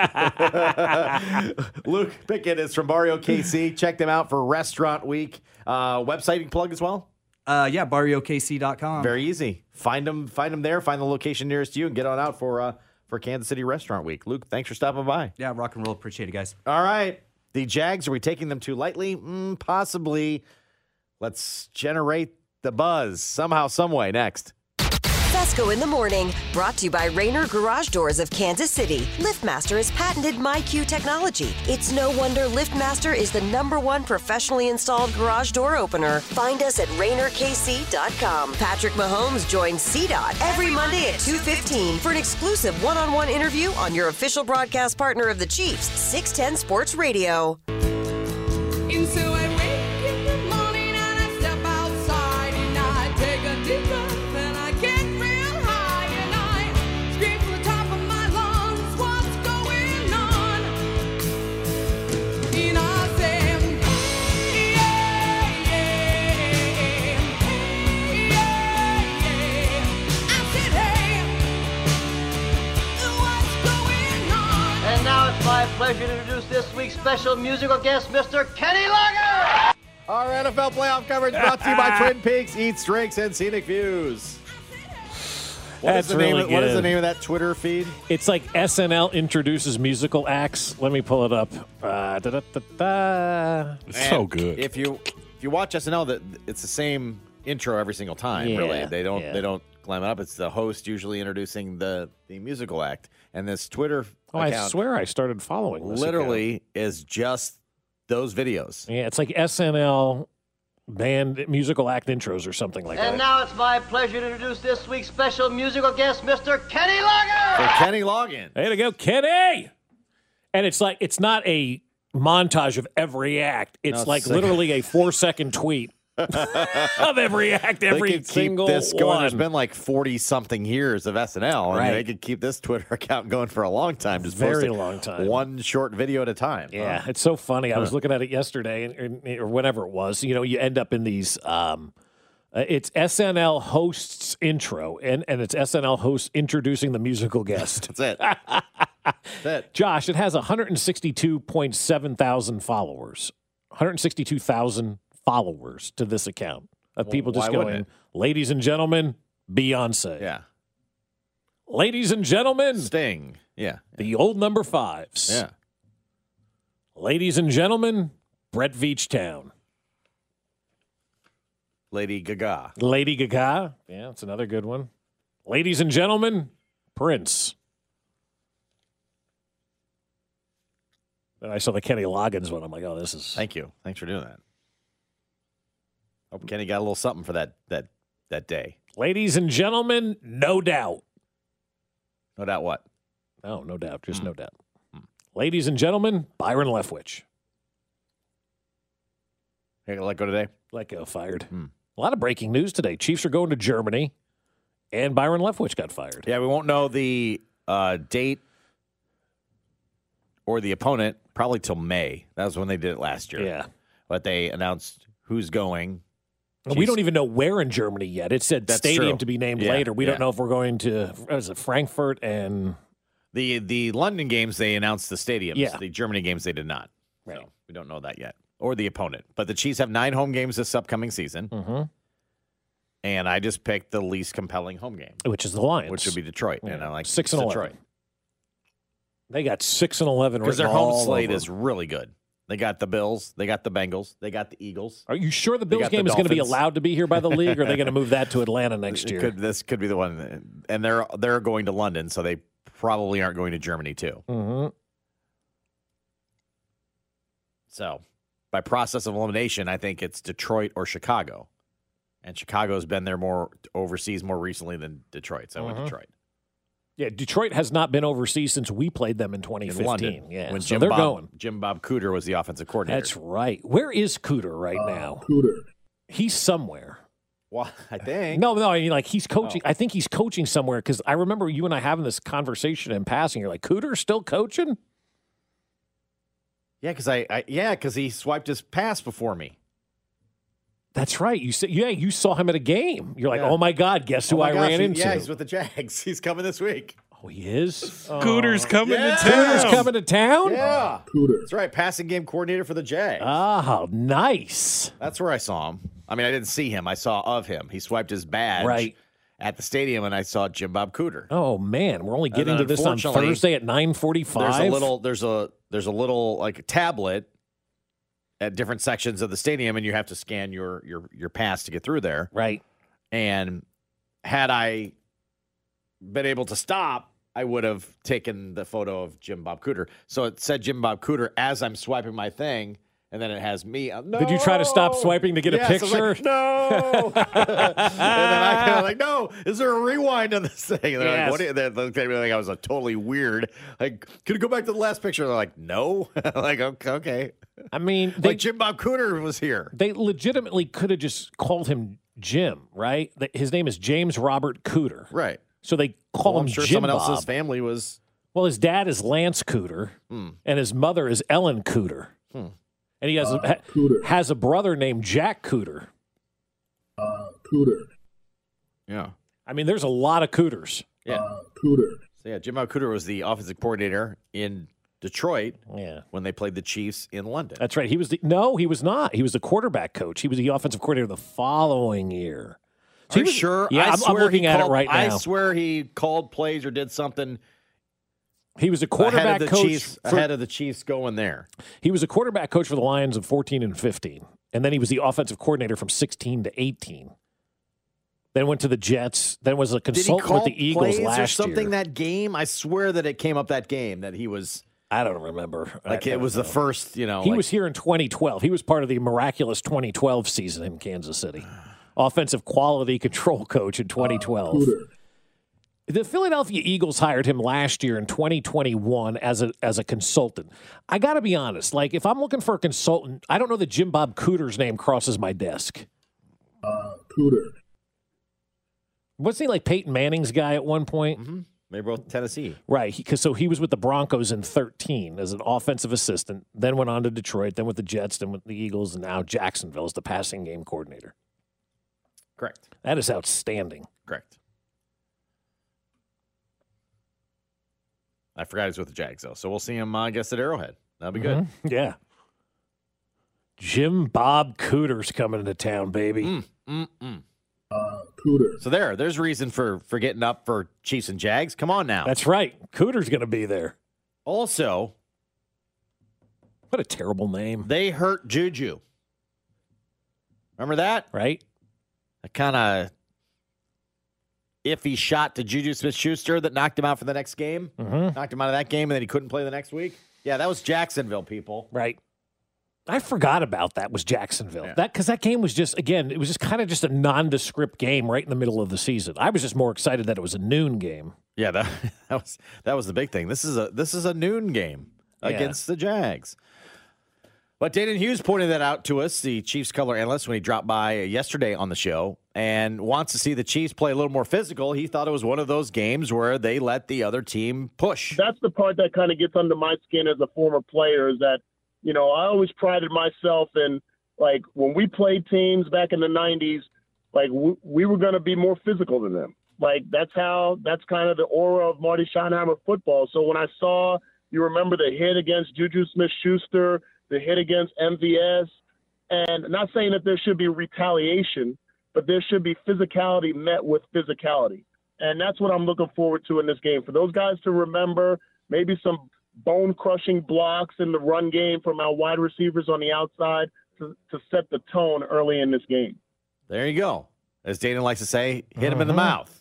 Speaker 2: Luke Pickett is from Barrio KC. Check them out for Restaurant Week. Uh, website you can plug as well.
Speaker 6: uh, yeah, barriokc.com.
Speaker 2: Very easy. Find them, find them there. Find the location nearest to you, and get on out for uh, for Kansas City Restaurant Week. Luke, thanks for stopping by.
Speaker 6: yeah, rock and roll. Appreciate it, guys.
Speaker 2: All right, the Jags are we taking them too lightly? Mm, possibly. Let's generate the buzz somehow, some way. Next.
Speaker 5: Fesco in the Morning, brought to you by Rainer Garage Doors of Kansas City. LiftMaster has patented MyQ technology. It's no wonder LiftMaster is the number one professionally installed garage door opener. Find us at RainerKC.com. Patrick Mahomes joins CDOT every Monday at 2.15 for an exclusive one-on-one interview on your official broadcast partner of the Chiefs, 610 Sports Radio.
Speaker 7: And so I wake in the morning and I step outside and I take a deep breath and I get real high and I scream from the top of my lungs, what's going on? And I say, hey, yeah, yeah, hey, yeah, yeah. I said, hey, what's going on?
Speaker 8: And now it's my pleasure to introduce this week's special musical guest, Mr. Kenny Lager!
Speaker 2: Our NFL playoff coverage brought to you by Twin Peaks Eats, Drinks, and Scenic Views. What is
Speaker 3: That's
Speaker 2: the name
Speaker 3: really
Speaker 2: of, What is the
Speaker 3: good.
Speaker 2: name of that Twitter feed?
Speaker 3: It's like SNL introduces musical acts. Let me pull it up. Uh, da-da-da-da.
Speaker 9: It's so
Speaker 2: And
Speaker 9: good.
Speaker 2: If you if you watch SNL, that it's the same intro every single time. Really,
Speaker 3: Yeah,
Speaker 2: they don't
Speaker 3: yeah.
Speaker 2: they don't clam it up. It's the host usually introducing the the musical act, and this Twitter
Speaker 3: Oh, I
Speaker 2: account
Speaker 3: swear I started following this
Speaker 2: literally is just those videos.
Speaker 3: account. Yeah, it's like SNL band musical act intros or something like
Speaker 8: And
Speaker 3: that.
Speaker 8: now it's my pleasure to introduce this week's special musical guest, Mr. Kenny Lager!
Speaker 2: For Kenny Loggins.
Speaker 3: There you go, Kenny. And it's like it's not a montage of every act. It's
Speaker 2: No, it's
Speaker 3: like
Speaker 2: like-
Speaker 3: literally a four second tweet of every act,
Speaker 2: They
Speaker 3: every
Speaker 2: could keep
Speaker 3: single
Speaker 2: this going.
Speaker 3: one.
Speaker 2: There's been like 40 something years of SNL, and
Speaker 3: Right.
Speaker 2: they could keep this Twitter account going for a long time. Just
Speaker 3: Very
Speaker 2: posting
Speaker 3: long time.
Speaker 2: One short video at a time. Uh,
Speaker 3: Yeah,
Speaker 2: Huh.
Speaker 3: it's so funny. I was looking at it yesterday, and, and- or whenever it was. You know, you end up in these. Um, uh, it's SNL hosts intro, and and it's SNL hosts introducing the musical guest.
Speaker 2: That's it. That's it.
Speaker 3: Josh, it has 162.7 thousand followers. 162,000 followers to this account of
Speaker 2: Well,
Speaker 3: people just
Speaker 2: why wouldn't
Speaker 3: going, ladies and gentlemen, Beyonce.
Speaker 2: Yeah.
Speaker 3: Ladies and gentlemen,
Speaker 2: Sting. Yeah.
Speaker 3: the old number fives.
Speaker 2: Yeah.
Speaker 3: Ladies and gentlemen, Brett Veach Town.
Speaker 2: Lady Gaga.
Speaker 3: Lady Gaga. Yeah, it's another good one. Ladies and gentlemen, Prince. Then I saw the Kenny Loggins one. I'm like, oh, this is.
Speaker 2: Thank you. Thanks for doing that. Hope Kenny got a little something for that that that day.
Speaker 3: Ladies and gentlemen, no doubt.
Speaker 2: No doubt what.
Speaker 3: No, Oh, no doubt.
Speaker 2: Hmm.
Speaker 3: Just no doubt. Hmm. Ladies and gentlemen, Byron Leftwich.
Speaker 2: You gonna let go today?
Speaker 3: Let go fired.
Speaker 2: Hmm.
Speaker 3: A lot of breaking news today. Chiefs are going to Germany, and Byron Leftwich got fired.
Speaker 2: Yeah, we won't know the uh, date or the opponent probably till May. That was when they did it last year.
Speaker 3: Yeah.
Speaker 2: But they announced who's going.
Speaker 3: And we don't even know where in Germany yet. It said
Speaker 2: That's
Speaker 3: stadium
Speaker 2: true.
Speaker 3: to be named
Speaker 2: Yeah,
Speaker 3: later. We
Speaker 2: yeah.
Speaker 3: don't know if we're going to what is it Frankfurt and
Speaker 2: The the London games they announced the stadiums.
Speaker 3: Yeah.
Speaker 2: The Germany games they did not.
Speaker 3: Right.
Speaker 2: So we don't know that yet. Or the opponent. But the Chiefs have nine home games this upcoming season.
Speaker 3: Mhm.
Speaker 2: And I just picked the least compelling home game,
Speaker 3: which is the Lions,
Speaker 2: which would be Detroit. And
Speaker 3: Yeah.
Speaker 2: I like
Speaker 3: Six
Speaker 2: it's
Speaker 3: and
Speaker 2: Detroit.
Speaker 3: 11. They got six and eleven
Speaker 2: Because
Speaker 3: because
Speaker 2: their home slate is really good. They got the Bills, they got the Bengals, they got the Eagles.
Speaker 3: Are you sure the
Speaker 2: They
Speaker 3: Bills
Speaker 2: got the
Speaker 3: game is going to be
Speaker 2: Dolphins.
Speaker 3: allowed to be here by the league? or Are they going to move that to Atlanta next
Speaker 2: It
Speaker 3: year?
Speaker 2: Could, this could be the one, that- and they're they're going to London, so they probably aren't going to Germany too.
Speaker 3: hmm
Speaker 2: So, by process of elimination, I think it's Detroit or Chicago, and Chicago's been there more overseas more recently than Detroit. So I
Speaker 3: Uh-huh.
Speaker 2: went Detroit
Speaker 3: Yeah, Detroit has not been overseas since we played them in
Speaker 2: in
Speaker 3: 2015.
Speaker 2: London.
Speaker 3: yeah,
Speaker 2: when
Speaker 3: so
Speaker 2: Jim
Speaker 3: they're
Speaker 2: Bob,
Speaker 3: going.
Speaker 2: Jim Bob Cooter was the offensive coordinator.
Speaker 3: That's right. Where is Cooter right now?
Speaker 9: Cooter.
Speaker 3: He's somewhere.
Speaker 2: well, I think
Speaker 3: No, no, I mean like he's coaching.
Speaker 2: Oh.
Speaker 3: I think he's coaching somewhere because I remember you and I having this conversation in passing. You're like, Cooter's still coaching?
Speaker 2: yeah, because I, I yeah, because he swiped his pass before me.
Speaker 3: That's right. You said, yeah, you saw him at a game. You're like,
Speaker 2: Yeah.
Speaker 3: oh my god, guess who
Speaker 2: Oh my
Speaker 3: I
Speaker 2: gosh,
Speaker 3: ran
Speaker 2: he-
Speaker 3: into?
Speaker 2: Yeah, he's with the Jags. He's coming this week.
Speaker 3: oh, he is. Oh,
Speaker 10: Cooter's coming
Speaker 2: Yeah.
Speaker 10: to town.
Speaker 3: Cooter's coming to town.
Speaker 2: Yeah,
Speaker 9: Cooter.
Speaker 2: that's right. Passing game coordinator for the Jags.
Speaker 3: Oh, nice.
Speaker 2: That's where I saw him. I mean, I didn't see him. I saw of him. He swiped his badge
Speaker 3: Right.
Speaker 2: at the stadium, and I saw Jim Bob Cooter.
Speaker 3: Oh man, we're only
Speaker 2: And
Speaker 3: getting
Speaker 2: then
Speaker 3: to this on
Speaker 2: unfortunately,
Speaker 3: Thursday at 9:45.
Speaker 2: There's a little. There's a. There's a little like tablet at different sections of the stadium, and you have to scan your your your pass to get through there.
Speaker 3: right.
Speaker 2: And had I been able to stop, I would have taken the photo of Jim Bob Cooter. So it said Jim Bob Cooter as I'm swiping my thing, and then it has me. Uh,
Speaker 3: Did you try to stop
Speaker 2: no!
Speaker 3: swiping to get a
Speaker 2: Yes, I was like,
Speaker 3: picture?
Speaker 2: no. and then I kind of like, no. Is there a rewind on this thing? And they're
Speaker 3: Yes.
Speaker 2: like, what? Are you? They looked at me like I was a totally weird. Like, could you go back to the last picture? They're like, no. like, okay, okay.
Speaker 3: I mean, they
Speaker 2: like Jim Bob Cooter was here.
Speaker 3: they legitimately could have just called him Jim, right? Th- His name is James Robert Cooter.
Speaker 2: Right.
Speaker 3: So they call
Speaker 2: well,
Speaker 3: him
Speaker 2: I'm sure
Speaker 3: Jim
Speaker 2: someone
Speaker 3: Bob.
Speaker 2: else's family was.
Speaker 3: Well, his dad is Lance Cooter,
Speaker 2: Hmm.
Speaker 3: and his mother is Ellen Cooter, and he has
Speaker 2: Uh,
Speaker 3: a, ha-
Speaker 9: Cooter.
Speaker 3: has a brother named Jack Cooter.
Speaker 9: Uh, Cooter.
Speaker 2: Yeah.
Speaker 3: I mean, there's a lot of Cooters.
Speaker 2: Yeah.
Speaker 9: Uh, Cooter.
Speaker 2: So yeah, Jim Bob Cooter was the offensive coordinator in Detroit
Speaker 3: Yeah,
Speaker 2: when they played the Chiefs in London.
Speaker 3: that's right. He was the no, he was not. He was the quarterback coach. He was the offensive coordinator the following year.
Speaker 2: Are
Speaker 3: So he
Speaker 2: you
Speaker 3: was-
Speaker 2: sure?
Speaker 3: Yeah,
Speaker 2: I
Speaker 3: am
Speaker 2: swear
Speaker 3: looking
Speaker 2: he
Speaker 3: at
Speaker 2: called-
Speaker 3: it right now.
Speaker 2: I swear he called plays or did something
Speaker 3: he was a
Speaker 2: ahead
Speaker 3: quarterback
Speaker 2: of the
Speaker 3: coach
Speaker 2: Chiefs.
Speaker 3: for-
Speaker 2: ahead of the Chiefs going there.
Speaker 3: He was a quarterback coach for the Lions of 14 and 15, and then he was the offensive coordinator from 16 to 18. Then went to the Jets. Then was a
Speaker 2: Did he
Speaker 3: consultant
Speaker 2: call
Speaker 3: with the Eagles
Speaker 2: plays
Speaker 3: last
Speaker 2: or something
Speaker 3: year.
Speaker 2: that game? I swear that it came up that game that he was
Speaker 3: I don't remember.
Speaker 2: like
Speaker 3: I- I
Speaker 2: it was
Speaker 3: don't
Speaker 2: the
Speaker 3: know.
Speaker 2: first. You know,
Speaker 3: He
Speaker 2: like-
Speaker 3: was here in 2012. He was part of the miraculous 2012 season in Kansas City. Offensive quality control coach in 2012.
Speaker 9: Cooter.
Speaker 3: The Philadelphia Eagles hired him last year in 2021 as a as a consultant. I got to be honest, like if I'm looking for a consultant, I don't know that Jim Bob Cooter's name crosses my desk.
Speaker 9: Uh, Cooter.
Speaker 3: Wasn't he like Peyton Manning's guy at one point?
Speaker 2: maybe both Tennessee.
Speaker 3: Right, because so he was with the Broncos in 13 as an offensive assistant, then went on to Detroit, then with the Jets, then with the Eagles, and now Jacksonville as the passing game coordinator.
Speaker 2: Correct.
Speaker 3: That is outstanding.
Speaker 2: Correct. I forgot he's with the Jags though, so we'll see him. uh, I guess at Arrowhead. That'll be good.
Speaker 3: Yeah. Jim Bob Cooter's coming into town, baby.
Speaker 2: Mm-mm.
Speaker 9: Uh, Cooter.
Speaker 2: So there, there's reason for for getting up for Chiefs and Jags. Come on now.
Speaker 3: That's right. Cooter's going to be there.
Speaker 2: also
Speaker 3: What a terrible name,
Speaker 2: they hurt Juju. Remember that?
Speaker 3: right?
Speaker 2: a kind of iffy shot to Juju Smith Schuster that knocked him out for the next game, knocked him out of that game, and then he couldn't play the next week. Yeah, that was Jacksonville, people.
Speaker 3: Right. I forgot about that was Jacksonville. That because that game was just again, it was just kind of just a nondescript game right in the middle of the season. I was just more excited that it was a noon game.
Speaker 2: Yeah, that, that was that was the big thing. This is a this is a noon game
Speaker 3: Yeah.
Speaker 2: against the Jags. But Dayton Hughes pointed that out to us, the Chiefs color analyst, when he dropped by yesterday on the show and wants to see the Chiefs play a little more physical. He thought it was one of those games where they let the other team push.
Speaker 10: that's the part that kind of gets under my skin as a former player is that you know I always prided myself in like when we played teams back in the '90s, like we, we were going to be more physical than them. Like that's how that's kind of the aura of Marty Schottenheimer football. So when I saw you remember the hit against Juju Smith-Schuster, the hit against MVS, and not saying that there should be retaliation, but there should be physicality met with physicality. And that's what I'm looking forward to in this game. For those guys to remember, maybe some bone crushing blocks in the run game from our wide receivers on the outside to, to set the tone early in this game.
Speaker 2: There you go. As Dayton likes to say, hit him in
Speaker 3: Mm-hmm.
Speaker 2: the mouth.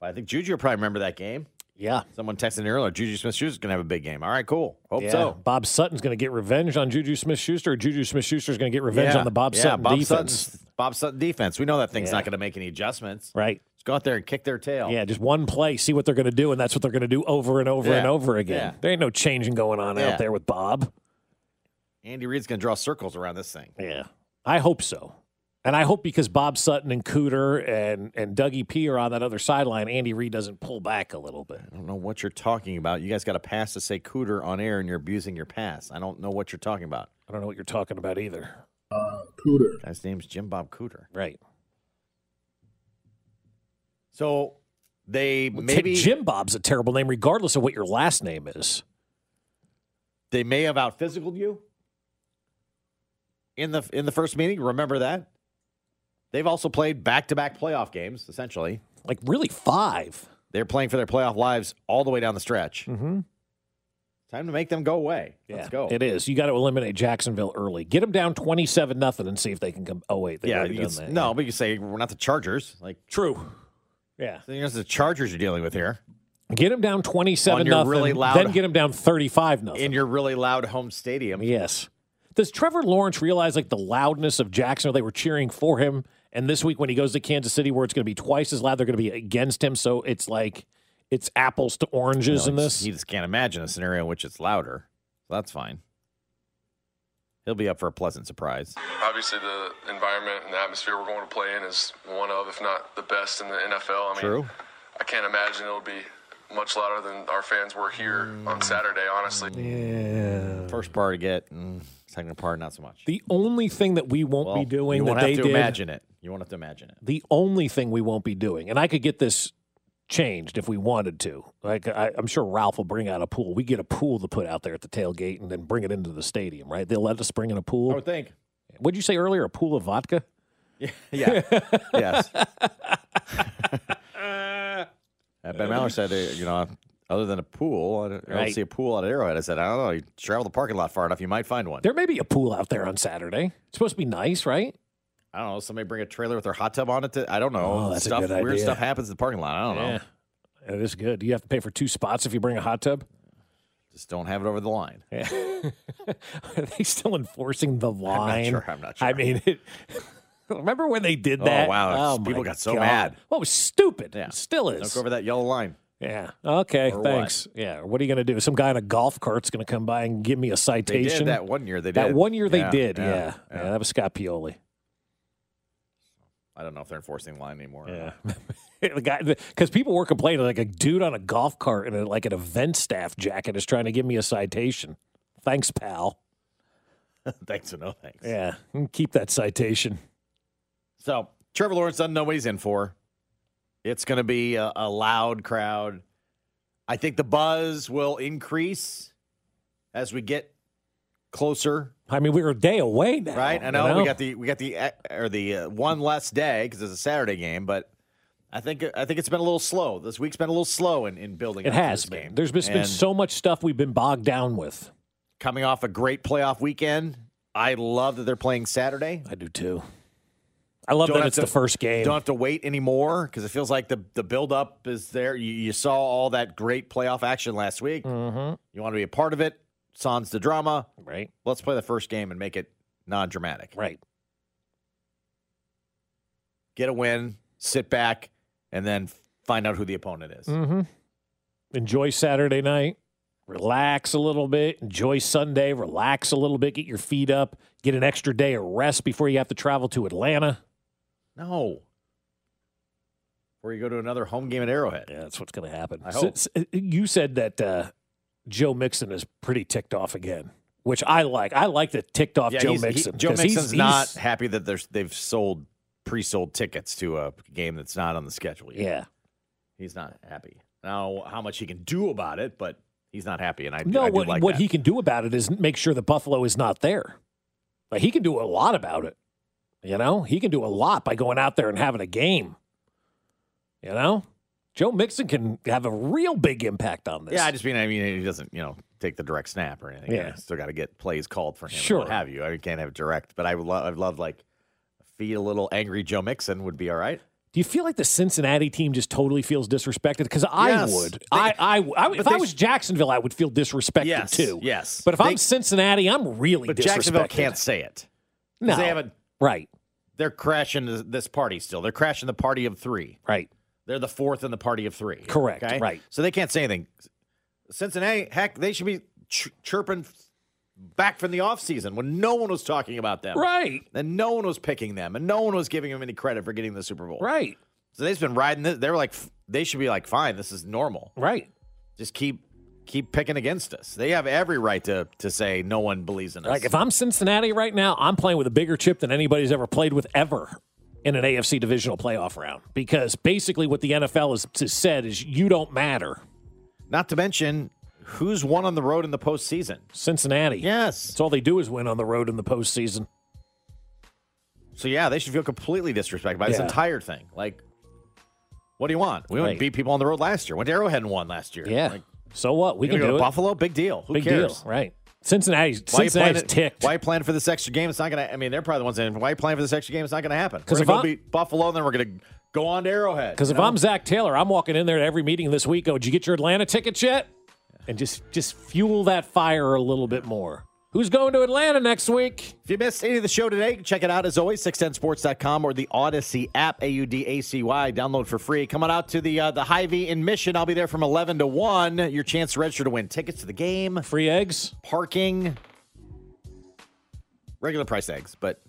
Speaker 2: But I think Juju will probably remember that game.
Speaker 3: Yeah.
Speaker 2: Someone texted in earlier, Juju Smith Schuster's gonna have a big game. All right, cool. Hope
Speaker 3: yeah.
Speaker 2: so.
Speaker 3: Bob Sutton's going to get revenge on Juju Smith Schuster, or Juju Smith Schuster's going to get revenge on the Bob
Speaker 2: yeah,
Speaker 3: Sutton
Speaker 2: Bob
Speaker 3: defense.
Speaker 2: Sutton's- Bob Sutton defense. We know that thing's
Speaker 3: Yeah.
Speaker 2: not going to make any adjustments.
Speaker 3: Right.
Speaker 2: Just go out there and kick their tail.
Speaker 3: Yeah, just one play, see what they're going to do, and that's what they're going to do over and over
Speaker 2: Yeah.
Speaker 3: and over again.
Speaker 2: Yeah.
Speaker 3: There ain't no changing going on
Speaker 2: Yeah.
Speaker 3: out there with Bob.
Speaker 2: Andy Reid's going to draw circles around this thing.
Speaker 3: Yeah. I hope so. And I hope because Bob Sutton and Cooter and, and Dougie P are on that other sideline, Andy Reid doesn't pull back a little bit.
Speaker 2: I don't know what you're talking about. You guys got a pass to say cooter on air and you're abusing your pass. I don't know what you're talking about.
Speaker 3: I don't know what you're talking about either.
Speaker 9: Cooter.
Speaker 2: Guy's name's Jim Bob Cooter.
Speaker 3: Right.
Speaker 2: So they
Speaker 3: Maybe
Speaker 2: maybe
Speaker 3: Jim Bob's a terrible name, regardless of what your last name is.
Speaker 2: they may have out physicaled you in the in the first meeting. Remember that? They've also played back to back playoff games, essentially.
Speaker 3: Like really five.
Speaker 2: They're playing for their playoff lives all the way down the stretch.
Speaker 3: Mm-hmm.
Speaker 2: Time to make them go away.
Speaker 3: Yeah,
Speaker 2: Let's go.
Speaker 3: It is. You got to eliminate Jacksonville early. Get them down twenty-seven nothing, and see if they can come. Oh wait, they've
Speaker 2: yeah,
Speaker 3: already
Speaker 2: you can
Speaker 3: done
Speaker 2: s-
Speaker 3: that.
Speaker 2: no, but you say we're not the Chargers. Like,
Speaker 3: true. Yeah,
Speaker 2: so here's the Chargers you're dealing with here
Speaker 3: get them down twenty-seven
Speaker 2: On your
Speaker 3: nothing.
Speaker 2: really loud-
Speaker 3: then get them down thirty-five nothing.
Speaker 2: in your really loud home stadium.
Speaker 3: yes. Does Trevor Lawrence realize like the loudness of Jacksonville? They were cheering for him, and this week when he goes to Kansas City, where it's going to be twice as loud, they're going to be against him. So it's like it's apples to oranges in
Speaker 2: No, he
Speaker 3: this.
Speaker 2: just- He just can't imagine a scenario in which it's louder. So that's fine. He'll be up for a pleasant surprise.
Speaker 4: Obviously, the environment and the atmosphere we're going to play in is one of, if not the best in the NFL. I mean,
Speaker 2: True.
Speaker 4: I can't imagine it'll be much louder than our fans were here on Saturday, honestly.
Speaker 2: First part to get, mm, second part not so much.
Speaker 3: the only thing that we won't
Speaker 2: Well,
Speaker 3: be doing
Speaker 2: you
Speaker 3: that
Speaker 2: won't
Speaker 3: they
Speaker 2: have to
Speaker 3: did.
Speaker 2: imagine it. You won't have to imagine it.
Speaker 3: the only thing we won't be doing, and I could get this changed if we wanted to. Like I, I'm sure Ralph will bring out a pool. We get a pool to put out there at the tailgate and then bring it into the stadium, right? They'll let us bring in a
Speaker 2: I
Speaker 3: pool.
Speaker 2: would think.
Speaker 3: What'd you say earlier? A pool of vodka?
Speaker 2: Yeah. yes. Uh, ben Maller said, uh, you know, other than a pool, I don't, I don't
Speaker 3: Right.
Speaker 2: see a pool out of Arrowhead. I said, I don't know. You travel the parking lot far enough, you might find one.
Speaker 3: There may be a pool out there on Saturday. It's supposed to be nice, right?
Speaker 2: I don't know. Somebody bring a trailer with their hot tub on it. To, I don't know.
Speaker 3: Oh, that's a
Speaker 2: stuff,
Speaker 3: good
Speaker 2: Weird
Speaker 3: idea.
Speaker 2: stuff happens in the parking lot. I don't know.
Speaker 3: It is good. Do you have to pay for two spots if you bring a hot tub?
Speaker 2: Just don't have it over the line.
Speaker 3: Yeah. Are they still enforcing the line?
Speaker 2: sure. I'm not
Speaker 3: I
Speaker 2: sure.
Speaker 3: mean, it, remember when they did
Speaker 2: Oh,
Speaker 3: that?
Speaker 2: wow.
Speaker 3: my
Speaker 2: People got so
Speaker 3: God.
Speaker 2: mad.
Speaker 3: Well, it was stupid.
Speaker 2: Yeah.
Speaker 3: It still is.
Speaker 2: Look over that yellow line.
Speaker 3: Yeah. Okay.
Speaker 2: Or what?
Speaker 3: thanks. Yeah. What are you going to do? Some guy in a golf cart's going to come by and give me a
Speaker 2: They
Speaker 3: citation?
Speaker 2: did that one year. They did
Speaker 3: That one year they
Speaker 2: Yeah,
Speaker 3: did. Yeah.
Speaker 2: yeah,
Speaker 3: Yeah.
Speaker 2: yeah.
Speaker 3: That was Scott Pioli.
Speaker 2: I don't know if they're enforcing the line anymore.
Speaker 3: the guy, because people were complaining, like a dude on a golf cart and a, like an event staff jacket is trying to give me a citation. Thanks, pal.
Speaker 2: thanks or no thanks.
Speaker 3: Yeah. you can Keep that citation.
Speaker 2: So Trevor Lawrence doesn't know what he's in for. It's going to be a, a loud crowd. I think the buzz will increase as we get closer.
Speaker 3: I mean, we were a day away now.
Speaker 2: Right? I know,
Speaker 3: you
Speaker 2: we got the we got the eh, or the uh, one less day because it's a Saturday game, but I think I think it's been a little slow. This week's been a little slow in, in building.
Speaker 3: It
Speaker 2: up to
Speaker 3: has
Speaker 2: this
Speaker 3: been.
Speaker 2: Game.
Speaker 3: There's been, been
Speaker 2: And
Speaker 3: so much stuff we've been bogged down with.
Speaker 2: coming off a great playoff weekend. I love that they're playing Saturday.
Speaker 3: I do too. I love
Speaker 2: Don't
Speaker 3: that
Speaker 2: have
Speaker 3: it's
Speaker 2: to-
Speaker 3: the first game.
Speaker 2: Don't have to wait anymore because it feels like the the build up is there. You, you saw all that great playoff action last week.
Speaker 3: Mhm.
Speaker 2: You want to be a part of it. Sans the drama.
Speaker 3: Right.
Speaker 2: Let's play the first game and make it non dramatic.
Speaker 3: Right.
Speaker 2: Get a win. Sit back and then find out who the opponent is.
Speaker 3: Mm-hmm. Enjoy Saturday night. Relax a little bit. Enjoy Sunday. Relax a little bit. Get your feet up. Get an extra day of rest before you have to travel to Atlanta.
Speaker 2: No. Or you go to another home game at Arrowhead.
Speaker 3: Yeah, that's what's going to happen.
Speaker 2: I
Speaker 3: S-
Speaker 2: hope.
Speaker 3: s- you said that uh, Joe Mixon is pretty ticked off again, which I like. I like the ticked off
Speaker 2: Yeah,
Speaker 3: Joe
Speaker 2: he's- he-
Speaker 3: Mixon.
Speaker 2: Joe
Speaker 3: 'cause he's-
Speaker 2: Mixon's
Speaker 3: he's-
Speaker 2: not happy that there's they've sold pre-sold tickets to a game that's not on the schedule yet.
Speaker 3: Yeah.
Speaker 2: He's not happy. Now, how much he can do about it, but he's not happy, and I,
Speaker 3: No,
Speaker 2: I do
Speaker 3: what,
Speaker 2: like
Speaker 3: what
Speaker 2: that.
Speaker 3: he can do about it is make sure that Buffalo is not there. Like he can do a lot about it. You know, he can do a lot by going out there and having a game. You know, Joe Mixon can have a real big impact on this.
Speaker 2: Yeah, I just mean, I mean, he doesn't, you know, take the direct snap or anything.
Speaker 3: Yeah.
Speaker 2: Yeah, still got to get plays called for him. and
Speaker 3: Sure.
Speaker 2: what have you? I mean, can't have direct, but I would love, I'd love like feed a little angry Joe Mixon would be all right.
Speaker 3: do you feel like the Cincinnati team just totally feels disrespected? Because I
Speaker 2: Yes.
Speaker 3: would.
Speaker 2: They-
Speaker 3: I, I, I- if
Speaker 2: but they
Speaker 3: I was
Speaker 2: sh-
Speaker 3: Jacksonville, I would feel disrespected
Speaker 2: Yes,
Speaker 3: too.
Speaker 2: yes.
Speaker 3: But if
Speaker 2: They-
Speaker 3: I'm Cincinnati, I'm really
Speaker 2: But
Speaker 3: disrespected.
Speaker 2: Jacksonville can't say it. 'Cause
Speaker 3: No.
Speaker 2: they haven't.
Speaker 3: Right,
Speaker 2: They're crashing th- this party still. They're crashing the party of three.
Speaker 3: right.
Speaker 2: They're the fourth in the party of three.
Speaker 3: Correct,
Speaker 2: okay?
Speaker 3: right.
Speaker 2: So they can't say anything. Cincinnati, heck, they should be ch- chirping back from the offseason when no one was talking about them.
Speaker 3: Right,
Speaker 2: And no one was picking them, and no one was giving them any credit for getting the Super Bowl.
Speaker 3: right,
Speaker 2: So they've been riding this. They were like, f- they should be like, fine, this is normal.
Speaker 3: right.
Speaker 2: Just keep keep picking against us. They have every right to to say no one believes in us.
Speaker 3: Like if I'm Cincinnati right now, I'm playing with a bigger chip than anybody's ever played with ever in an AFC divisional playoff round because basically what the NFL has, has said is you don't matter.
Speaker 2: Not to mention, who's won on the road in the postseason?
Speaker 3: Cincinnati.
Speaker 2: Yes.
Speaker 3: That's all they do is win on the road in the postseason.
Speaker 2: So yeah, they should feel completely disrespected by this
Speaker 3: Yeah.
Speaker 2: entire thing. Like, what do you want? We went
Speaker 3: Right.
Speaker 2: and beat people on the road last year. Went to Arrowhead and won last year.
Speaker 3: Yeah.
Speaker 2: Like,
Speaker 3: so what? We
Speaker 2: we
Speaker 3: can
Speaker 2: go
Speaker 3: do
Speaker 2: to
Speaker 3: it.
Speaker 2: Buffalo. Big deal. Who
Speaker 3: Big
Speaker 2: cares?
Speaker 3: deal. Right. Cincinnati's,
Speaker 2: Why you playing
Speaker 3: Cincinnati's
Speaker 2: it-
Speaker 3: ticked.
Speaker 2: Why you planning for this extra game? It's not gonna. I mean, they're probably the ones. That, why you planning for this extra game? It's not gonna happen.
Speaker 3: 'Cause
Speaker 2: We're
Speaker 3: if
Speaker 2: gonna go
Speaker 3: I'm-
Speaker 2: beat Buffalo, and then we're gonna go on to Arrowhead.
Speaker 3: Because if
Speaker 2: you know?
Speaker 3: I'm Zach Taylor, I'm walking in there to every meeting this week. Oh, did you get your Atlanta tickets yet? And just just fuel that fire a little bit more. Who's going to Atlanta next week?
Speaker 2: If you missed any of the show today, you can check it out as always, 610sports.com or the Odyssey app, A U D A C Y. Download for free. Coming out to the uh, the Hy-Vee in Mission. I'll be there from 11 to 1. Your chance to register to win tickets to the game,
Speaker 3: Free eggs.
Speaker 2: parking, regular price eggs, but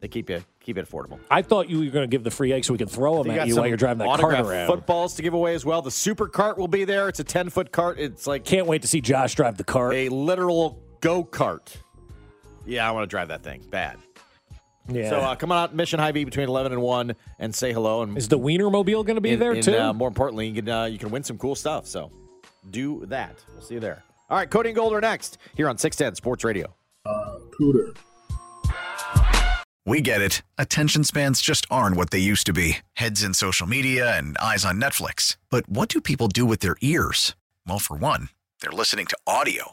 Speaker 2: they keep you keep it affordable.
Speaker 3: I thought you were going to give the free eggs so we can throw them
Speaker 2: They
Speaker 3: at
Speaker 2: got
Speaker 3: you
Speaker 2: some
Speaker 3: while you're driving that cart
Speaker 2: autographed
Speaker 3: around.
Speaker 2: footballs to give away as well. The super cart will be there. It's a 10 foot cart. It's like
Speaker 3: Can't wait to see Josh drive the cart.
Speaker 2: a literal go kart. Yeah, I want to drive that thing bad.
Speaker 3: yeah.
Speaker 2: So uh, come on out, Mission High V between eleven and one, and say hello. And
Speaker 3: Is the Wiener Mobile going to be
Speaker 2: and-
Speaker 3: there
Speaker 2: and,
Speaker 3: too?
Speaker 2: Uh, more importantly, you can uh, you can win some cool stuff. So do that. We'll see you there. All right, Cody and Gold are next here on Six Ten Sports Radio.
Speaker 9: Cooter.
Speaker 11: We get it. Attention spans just aren't what they used to be heads in social media and eyes on Netflix. But what do people do with their ears? Well, for one, they're listening to audio.